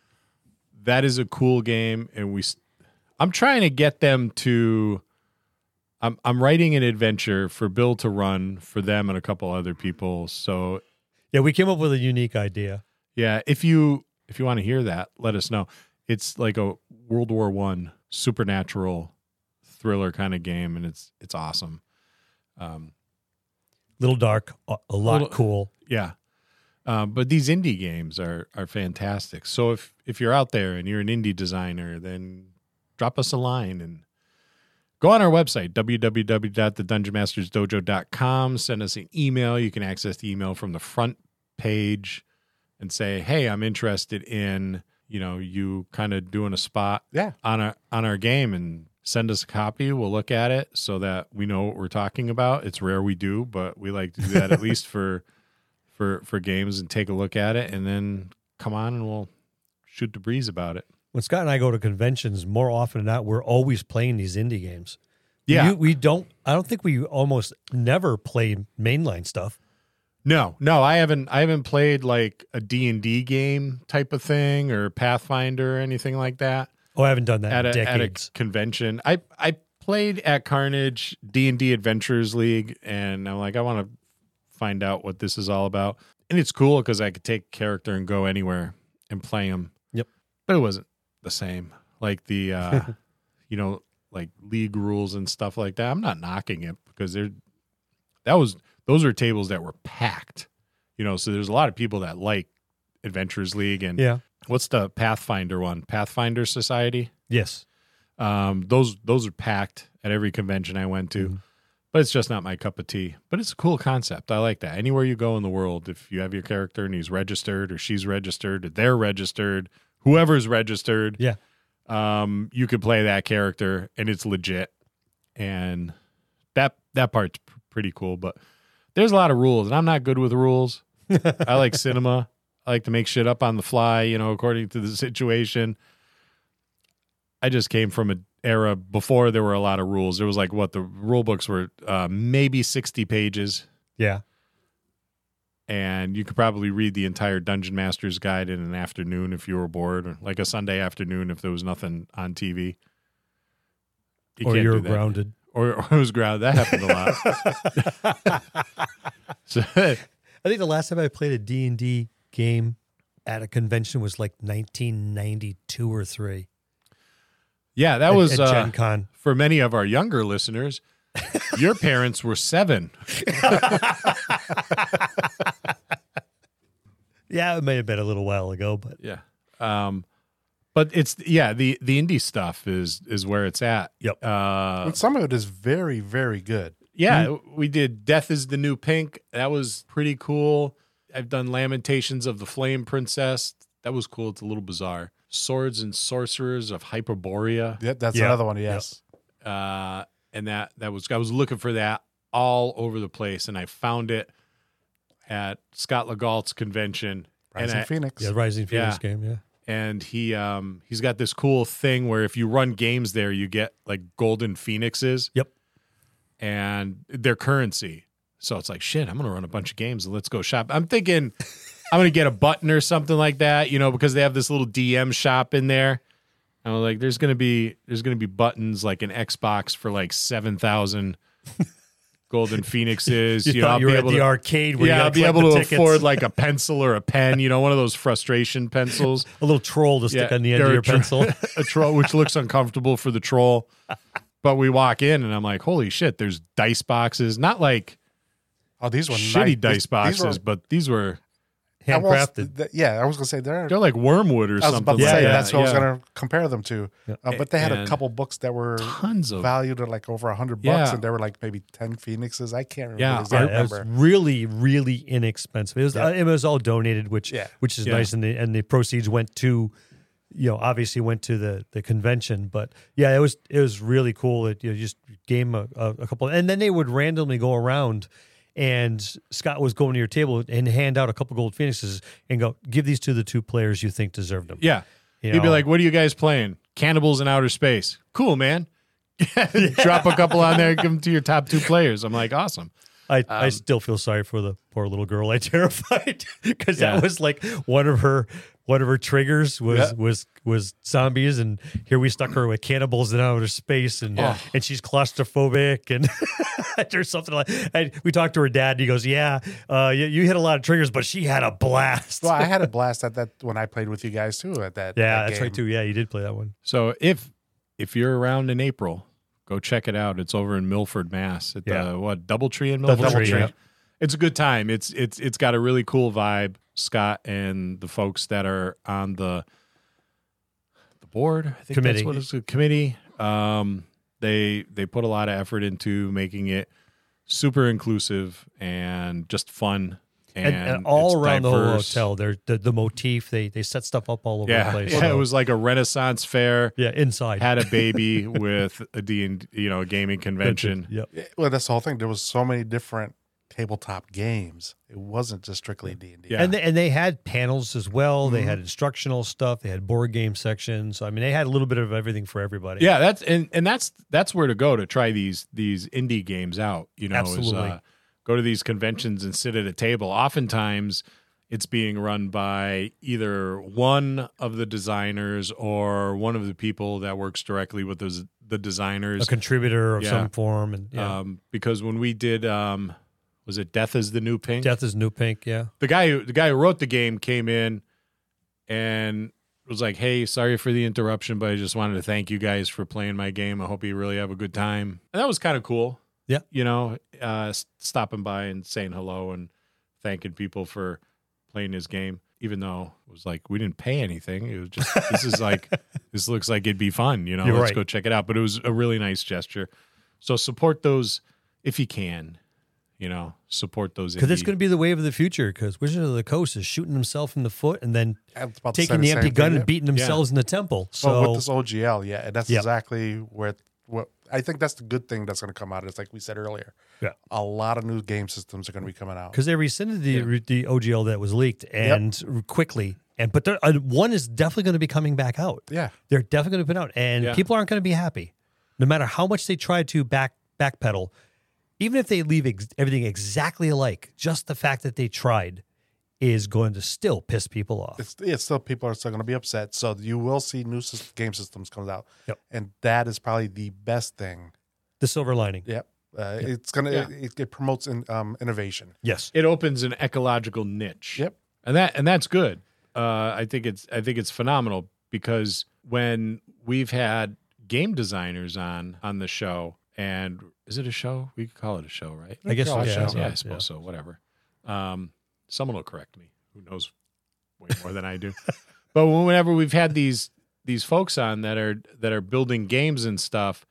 Speaker 3: That is a cool game, and we s- I'm trying to get them to. I'm I'm writing an adventure for Bill to run for them and a couple other people. So
Speaker 2: Yeah, we came up with a unique idea.
Speaker 3: yeah, if you if you want to hear that, let us know. It's like a World War One supernatural thriller kind of game, and it's it's awesome. Um,
Speaker 2: Little dark, a a lot
Speaker 3: Little-
Speaker 2: cool.
Speaker 3: Yeah. Um, but these indie games are are fantastic. So if if you're out there and you're an indie designer, then drop us a line and go on our website www.thedungeonmastersdojo.com. Send us an email. You can access the email from the front page and say, "Hey, I'm interested in you know you kind of doing a spot
Speaker 1: Yeah.
Speaker 3: on our on our game and send us a copy. We'll look at it so that we know what we're talking about. It's rare we do, but we like to do that at least for for for games and take a look at it and then come on and we'll shoot the breeze about it.
Speaker 2: When Scott and I go to conventions, more often than not, we're always playing these indie games.
Speaker 3: Yeah.
Speaker 2: You- we don't. I don't think we almost never play mainline stuff.
Speaker 3: no, no, I haven't I haven't played like a D&D game type of thing or Pathfinder or anything like that
Speaker 2: Oh, I haven't done that
Speaker 3: at
Speaker 2: in
Speaker 3: a, at a
Speaker 2: decades.
Speaker 3: convention. I I played at Carnage D&D Adventures League and I'm like I want to find out what this is all about. And it's cool cuz I could take a character and go anywhere and play him.
Speaker 2: Yep.
Speaker 3: But it wasn't the same. Like the uh you know, like league rules and stuff like that. I'm not knocking it because they're that was those are tables that were packed. You know, so there's a lot of people that like Adventures League and
Speaker 2: yeah.
Speaker 3: what's the Pathfinder one? Pathfinder Society.
Speaker 2: Yes.
Speaker 3: Um, those those are packed at every convention I went to, but it's just not my cup of tea. But it's a cool concept. I like that. Anywhere you go in the world, if you have your character and he's registered or she's registered or they're registered, whoever's registered,
Speaker 2: Yeah.
Speaker 3: um, you could play that character and it's legit. And that that part's p- pretty cool. But there's a lot of rules, and I'm not good with rules. I like cinema. I like to make shit up on the fly, you know, according to the situation. I just came from an era before there were a lot of rules. There was like what the rule books were uh, maybe 60 pages,
Speaker 2: Yeah.
Speaker 3: and you could probably read the entire Dungeon Master's Guide in an afternoon if you were bored, or like a Sunday afternoon if there was nothing on TV. You
Speaker 2: or
Speaker 3: can't
Speaker 2: you're
Speaker 3: do that.
Speaker 2: grounded.
Speaker 3: Or, or it was ground. That happened a lot. so,
Speaker 2: I think the last time I played a D&D game at a convention was like 1992 or 3.
Speaker 3: yeah, that
Speaker 2: at-
Speaker 3: was
Speaker 2: at
Speaker 3: uh,
Speaker 2: Gen Con.
Speaker 3: for many of our younger listeners, your parents were seven.
Speaker 2: Yeah, it may have been a little while ago, but
Speaker 3: Yeah. Um, but it's yeah the the indie stuff is is where it's at.
Speaker 2: Yep.
Speaker 3: Uh,
Speaker 1: But some of it is very, very good.
Speaker 3: yeah, we did Death is the New Pink. That was pretty cool. I've done Lamentations of the Flame Princess. That was cool. It's a little bizarre. Swords and Sorcerers of Hyperborea.
Speaker 1: Yep, that's
Speaker 2: Yeah.
Speaker 1: another one. Yes.
Speaker 3: uh, and that that was I was looking for that all over the place, and I found it at Scott LaGalt's convention,
Speaker 1: Rising
Speaker 3: and I-
Speaker 1: Phoenix.
Speaker 2: yeah, Rising Phoenix
Speaker 3: Yeah.
Speaker 2: game, yeah.
Speaker 3: and he um he's got this cool thing where if you run games there, you get like golden phoenixes.
Speaker 2: Yep.
Speaker 3: and their currency. So it's like shit. I'm gonna run a bunch of games and let's go shop. I'm thinking. I'm gonna get a button or something like that, you know, because they have this little DM shop in there. And I'm like, there's gonna be there's gonna be buttons like an Xbox for like seven thousand golden phoenixes.
Speaker 2: You,
Speaker 3: you know,
Speaker 2: thought
Speaker 3: I'll
Speaker 2: you
Speaker 3: be
Speaker 2: were at
Speaker 3: able
Speaker 2: the
Speaker 3: to,
Speaker 2: arcade where you
Speaker 3: yeah,
Speaker 2: gotta
Speaker 3: I'll be
Speaker 2: collect
Speaker 3: able
Speaker 2: the
Speaker 3: to
Speaker 2: tickets.
Speaker 3: afford like a pencil or a pen. You know, one of those frustration pencils.
Speaker 2: a little troll to stick
Speaker 3: Yeah,
Speaker 2: on the end
Speaker 3: or
Speaker 2: of
Speaker 3: a
Speaker 2: your
Speaker 3: tro-
Speaker 2: pencil.
Speaker 3: a troll, which looks uncomfortable for the troll. But we walk in and I'm like, holy shit! There's dice boxes, not like
Speaker 1: Oh, these were
Speaker 3: shitty
Speaker 1: nice.
Speaker 3: dice
Speaker 1: these,
Speaker 3: boxes,
Speaker 1: These were,
Speaker 3: but these were
Speaker 1: I was-
Speaker 2: Handcrafted.
Speaker 1: th- yeah, I was gonna say they're.
Speaker 3: they're like wormwood or
Speaker 1: I was
Speaker 3: something.
Speaker 1: about to
Speaker 3: like
Speaker 1: say
Speaker 3: that.
Speaker 1: that's what I was
Speaker 3: Yeah.
Speaker 1: gonna compare them to.
Speaker 2: Yeah.
Speaker 1: Uh, but they had a
Speaker 3: And-
Speaker 1: couple books that were
Speaker 3: tons of
Speaker 1: valued at like over a hundred bucks,
Speaker 3: Yeah.
Speaker 1: and there were like maybe ten phoenixes. I can't remember.
Speaker 3: Yeah,
Speaker 1: the
Speaker 2: Yeah,
Speaker 1: exact
Speaker 2: it was
Speaker 1: number.
Speaker 2: really, really inexpensive. It was
Speaker 1: Yeah.
Speaker 2: uh, it was all donated, which
Speaker 1: Yeah.
Speaker 2: which is
Speaker 3: Yeah.
Speaker 2: nice, and the and the proceeds went to, you know, obviously went to the the convention. But yeah, it was it was really cool. It you know, just gave 'em a, a, a couple, and then they would randomly go around, and Scott was going to your table and hand out a couple gold phoenixes and go give these to the two players you think deserved them.
Speaker 3: yeah.
Speaker 2: You
Speaker 3: He'd be
Speaker 2: know?
Speaker 3: like, "What are you guys playing? Cannibals in Outer Space? Cool, man. Drop a couple on there, give them to your top two players." I'm like, "Awesome."
Speaker 2: I, I still feel sorry for the poor little girl I terrified because
Speaker 3: Yeah.
Speaker 2: that was like one of her one of her triggers was
Speaker 3: Yeah.
Speaker 2: was was zombies and here we stuck her with cannibals in outer space and and she's claustrophobic and there's something like and we talked to her dad and he goes yeah uh, you, you hit a lot of triggers but she had a blast
Speaker 1: Well, I had a blast at that when I played with you guys too. At that,
Speaker 2: yeah
Speaker 1: that
Speaker 2: that's right
Speaker 1: game.
Speaker 2: too yeah you did play that one
Speaker 3: So if if you're around in April, go check it out. It's over in Milford, Mass. At
Speaker 2: Yeah.
Speaker 3: the what DoubleTree in
Speaker 2: Doubletree,
Speaker 3: Milford.
Speaker 2: yeah.
Speaker 3: It's a good time. It's it's it's got a really cool vibe. Scott and the folks that are on the the board, I think
Speaker 2: Committee.
Speaker 3: that's what it's a committee. Um, they they put a lot of effort into making it super inclusive and just fun
Speaker 2: and,
Speaker 3: and,
Speaker 2: and all
Speaker 3: it's
Speaker 2: around the whole
Speaker 3: diverse.
Speaker 2: hotel there the, the motif they they set stuff up all over the
Speaker 3: Yeah,
Speaker 2: place
Speaker 3: yeah, it
Speaker 2: so-
Speaker 3: was like a Renaissance fair.
Speaker 2: yeah inside
Speaker 3: had a baby with a D and you know a gaming convention.
Speaker 2: yep
Speaker 1: Eh, Well, that's the whole thing. There was so many different tabletop games. It wasn't just strictly D and D.
Speaker 3: Yeah.
Speaker 2: And they, and they had panels as well. They had instructional stuff. They had board game sections. I mean, they had a little bit of everything for everybody.
Speaker 3: Yeah, that's and and that's that's where to go to try these these indie games out. You know, is,
Speaker 2: Absolutely.
Speaker 3: uh, go to these conventions and sit at a table. Oftentimes, it's being run by either one of the designers or one of the people that works directly with those the
Speaker 2: a
Speaker 3: designers.
Speaker 2: contributor of
Speaker 3: Yeah.
Speaker 2: some form, and yeah.
Speaker 3: Um, because when we did, um, was it Death is the New Pink?
Speaker 2: Death is New Pink. Yeah,
Speaker 3: the guy who the guy who wrote the game came in and was like, "Hey, sorry for the interruption, but I just wanted to thank you guys for playing my game. I hope you really have a good time." And that was kind of cool.
Speaker 2: Yeah.
Speaker 3: you know, uh, s- stopping by and saying hello and thanking people for playing his game, even though it was like we didn't pay anything. It was just this is like this looks like it'd be fun. You know,
Speaker 2: You're
Speaker 3: let's
Speaker 2: right.
Speaker 3: go check it out. But it was a really nice gesture. So support those if you can. You know, support those
Speaker 2: because it's
Speaker 3: indie-
Speaker 2: going to be the wave of the future. Because Wizard of the Coast is shooting himself in the foot and then
Speaker 1: That's about to say
Speaker 2: taking the
Speaker 1: same
Speaker 2: empty
Speaker 1: thing,
Speaker 2: gun
Speaker 1: yeah.
Speaker 2: and beating themselves in the temple.
Speaker 1: But
Speaker 2: So
Speaker 1: with this OGL, yeah, and that's
Speaker 2: Yep.
Speaker 1: exactly where what I think that's the good thing that's going to come out. It's like we said earlier.
Speaker 2: Yeah.
Speaker 1: a lot of new game systems are going to be coming out.
Speaker 2: because they rescinded the the OGL that was leaked and quickly, and but there, uh, one is definitely going to be coming back out.
Speaker 1: Yeah,
Speaker 2: they're definitely going to put out, and
Speaker 3: Yeah.
Speaker 2: people aren't going to be happy, no matter how much they try to back backpedal. Even if they leave ex- everything exactly alike, just the fact that they tried is going to still piss people off.
Speaker 1: it's, it's still people are still going to be upset. So you will see new sys- game systems comes out,
Speaker 2: Yep.
Speaker 1: and that is probably the best thing.
Speaker 2: the silver lining,
Speaker 1: Yep. Uh, It's gonna
Speaker 3: Yeah.
Speaker 1: it, it promotes in, um, innovation.
Speaker 2: yes,
Speaker 3: it opens an ecological niche.
Speaker 1: Yep.
Speaker 3: And that and that's good. Uh, I think it's I think it's phenomenal because when we've had game designers on on the show and is it a show? We could call it a show, right?
Speaker 2: I guess so.
Speaker 1: Yeah,
Speaker 2: Yeah,
Speaker 1: so-
Speaker 3: yeah,
Speaker 2: yeah.
Speaker 3: I suppose so. Whatever. Um, someone will correct me. Who knows way more than I do. but whenever we've had these these folks on that are that are building games and stuff,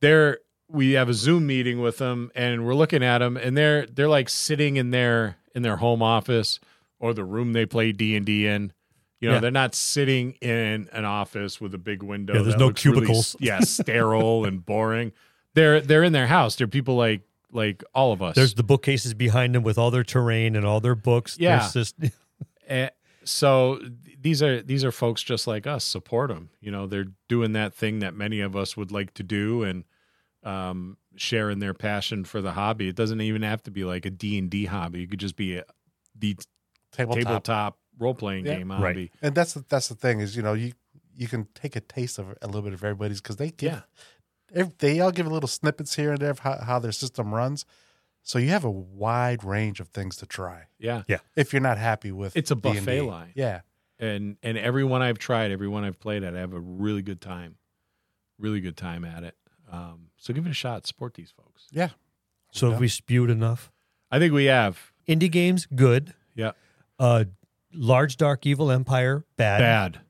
Speaker 3: they're we have a Zoom meeting with them and we're looking at them and they're they're like sitting in their in their home office or the room they play D and D in. You know,
Speaker 2: Yeah.
Speaker 3: they're not sitting in an office with a big window.
Speaker 2: Yeah, there's
Speaker 3: that
Speaker 2: no
Speaker 3: looks really
Speaker 2: cubicles.
Speaker 3: yeah, sterile and boring. They're they're in their house. They're people like like all of us.
Speaker 2: There's the bookcases behind them with all their terrain and all their books.
Speaker 3: Yeah.
Speaker 2: There's just,
Speaker 3: Eh, so th- these are these are folks just like us. Support them. You know, they're doing that thing that many of us would like to do and um, sharing their passion for the hobby. It doesn't even have to be like a D and D hobby. It could just be a, the
Speaker 1: Tabletop.
Speaker 3: tabletop role playing
Speaker 1: Yeah.
Speaker 3: game
Speaker 2: Right.
Speaker 3: hobby.
Speaker 1: and that's the, that's the thing is you know you you can take a taste of a little bit of everybody's because they give if they all give little snippets here and there of how, how their system runs, so you have a wide range of things to try
Speaker 3: Yeah,
Speaker 1: if you're not happy with
Speaker 3: It's a
Speaker 1: D&D.
Speaker 3: buffet line.
Speaker 1: Yeah,
Speaker 3: and and everyone I've tried, everyone I've played at, I have a really good time, really good time at it. Um, so give it a shot. Support these folks.
Speaker 1: yeah.
Speaker 2: so if we spewed enough
Speaker 3: I think we have.
Speaker 2: indie games, good.
Speaker 3: Yeah,
Speaker 2: Uh, large dark evil empire,
Speaker 3: bad.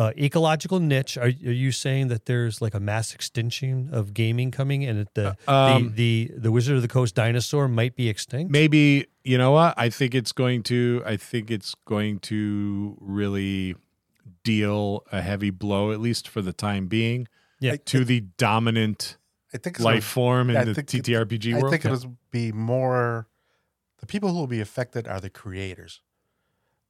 Speaker 2: Uh, ecological niche. Are, are you saying that there's like a mass extinction of gaming coming, and that the,
Speaker 3: um,
Speaker 2: the the the Wizard of the Coast dinosaur might be extinct?
Speaker 3: maybe you know what i think it's going to i think it's going to really deal a heavy blow at least for the time being
Speaker 2: Yeah.
Speaker 3: to the dominant
Speaker 1: I think it's
Speaker 3: life form in
Speaker 1: I
Speaker 3: the
Speaker 1: think it-
Speaker 3: ttrpg
Speaker 1: I
Speaker 3: world
Speaker 1: think it'll be more. The people who will be affected are the creators.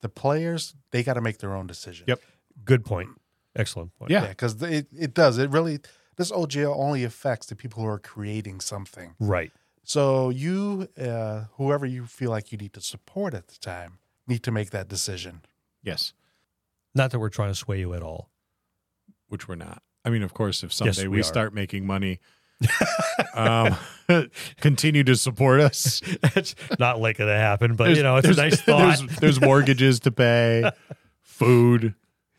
Speaker 1: The players, they got to make their own decision.
Speaker 3: Yep.
Speaker 2: Good point. Excellent point.
Speaker 3: yeah
Speaker 1: Yeah, because it, it does. It really, this OGL only affects the people who are creating something.
Speaker 2: Right.
Speaker 1: So you, uh, whoever you feel like you need to support at the time, need to make that decision.
Speaker 3: Yes,
Speaker 2: Not that we're trying to sway you at all.
Speaker 3: which we're not. I mean, of course, if
Speaker 2: Yes,
Speaker 3: someday
Speaker 2: we
Speaker 3: we,
Speaker 2: are.
Speaker 3: start making money, um, continue to support us.
Speaker 2: it's not likely to happen, but
Speaker 3: There's-
Speaker 2: you know, it's a
Speaker 3: there's-
Speaker 2: nice thought.
Speaker 3: There's, there's mortgages to pay, food,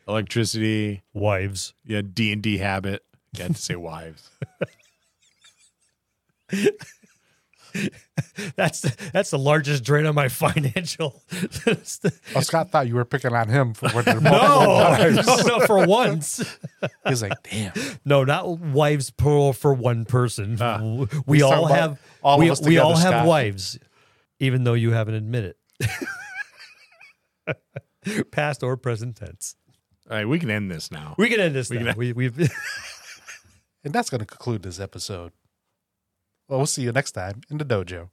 Speaker 3: electricity.
Speaker 2: Wives.
Speaker 3: Yeah, D and D habit. You had to say wives.
Speaker 2: That's that's the largest drain on my financial.
Speaker 1: Oh, Scott thought you were picking on him for what the
Speaker 2: no, no, no, for once.
Speaker 1: He's like, damn.
Speaker 2: No, not wives plural for one person.
Speaker 3: Ah.
Speaker 2: we
Speaker 1: He's talking
Speaker 2: all
Speaker 1: about
Speaker 2: have
Speaker 1: all of
Speaker 2: we,
Speaker 1: us
Speaker 2: we all
Speaker 1: together,
Speaker 2: have
Speaker 1: Scott.
Speaker 2: wives, even though you haven't admitted it. Past or present tense.
Speaker 3: All right, we can end this now.
Speaker 2: We can end this
Speaker 3: We
Speaker 2: we
Speaker 3: can
Speaker 2: now. We, we've
Speaker 1: And that's going to conclude this episode. Well, we'll see you next time in the dojo.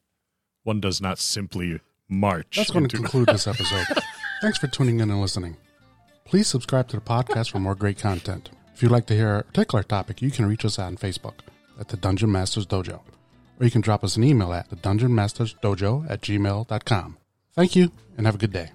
Speaker 3: One does not simply march.
Speaker 1: That's going to
Speaker 3: into-
Speaker 1: conclude this episode. Thanks for tuning in and listening. Please subscribe to the podcast for more great content. If you'd like to hear a particular topic, you can reach us on Facebook at the Dungeon Masters Dojo, or you can drop us an email at the Dungeon Masters Dojo at gmail.com. Thank you and have a good day.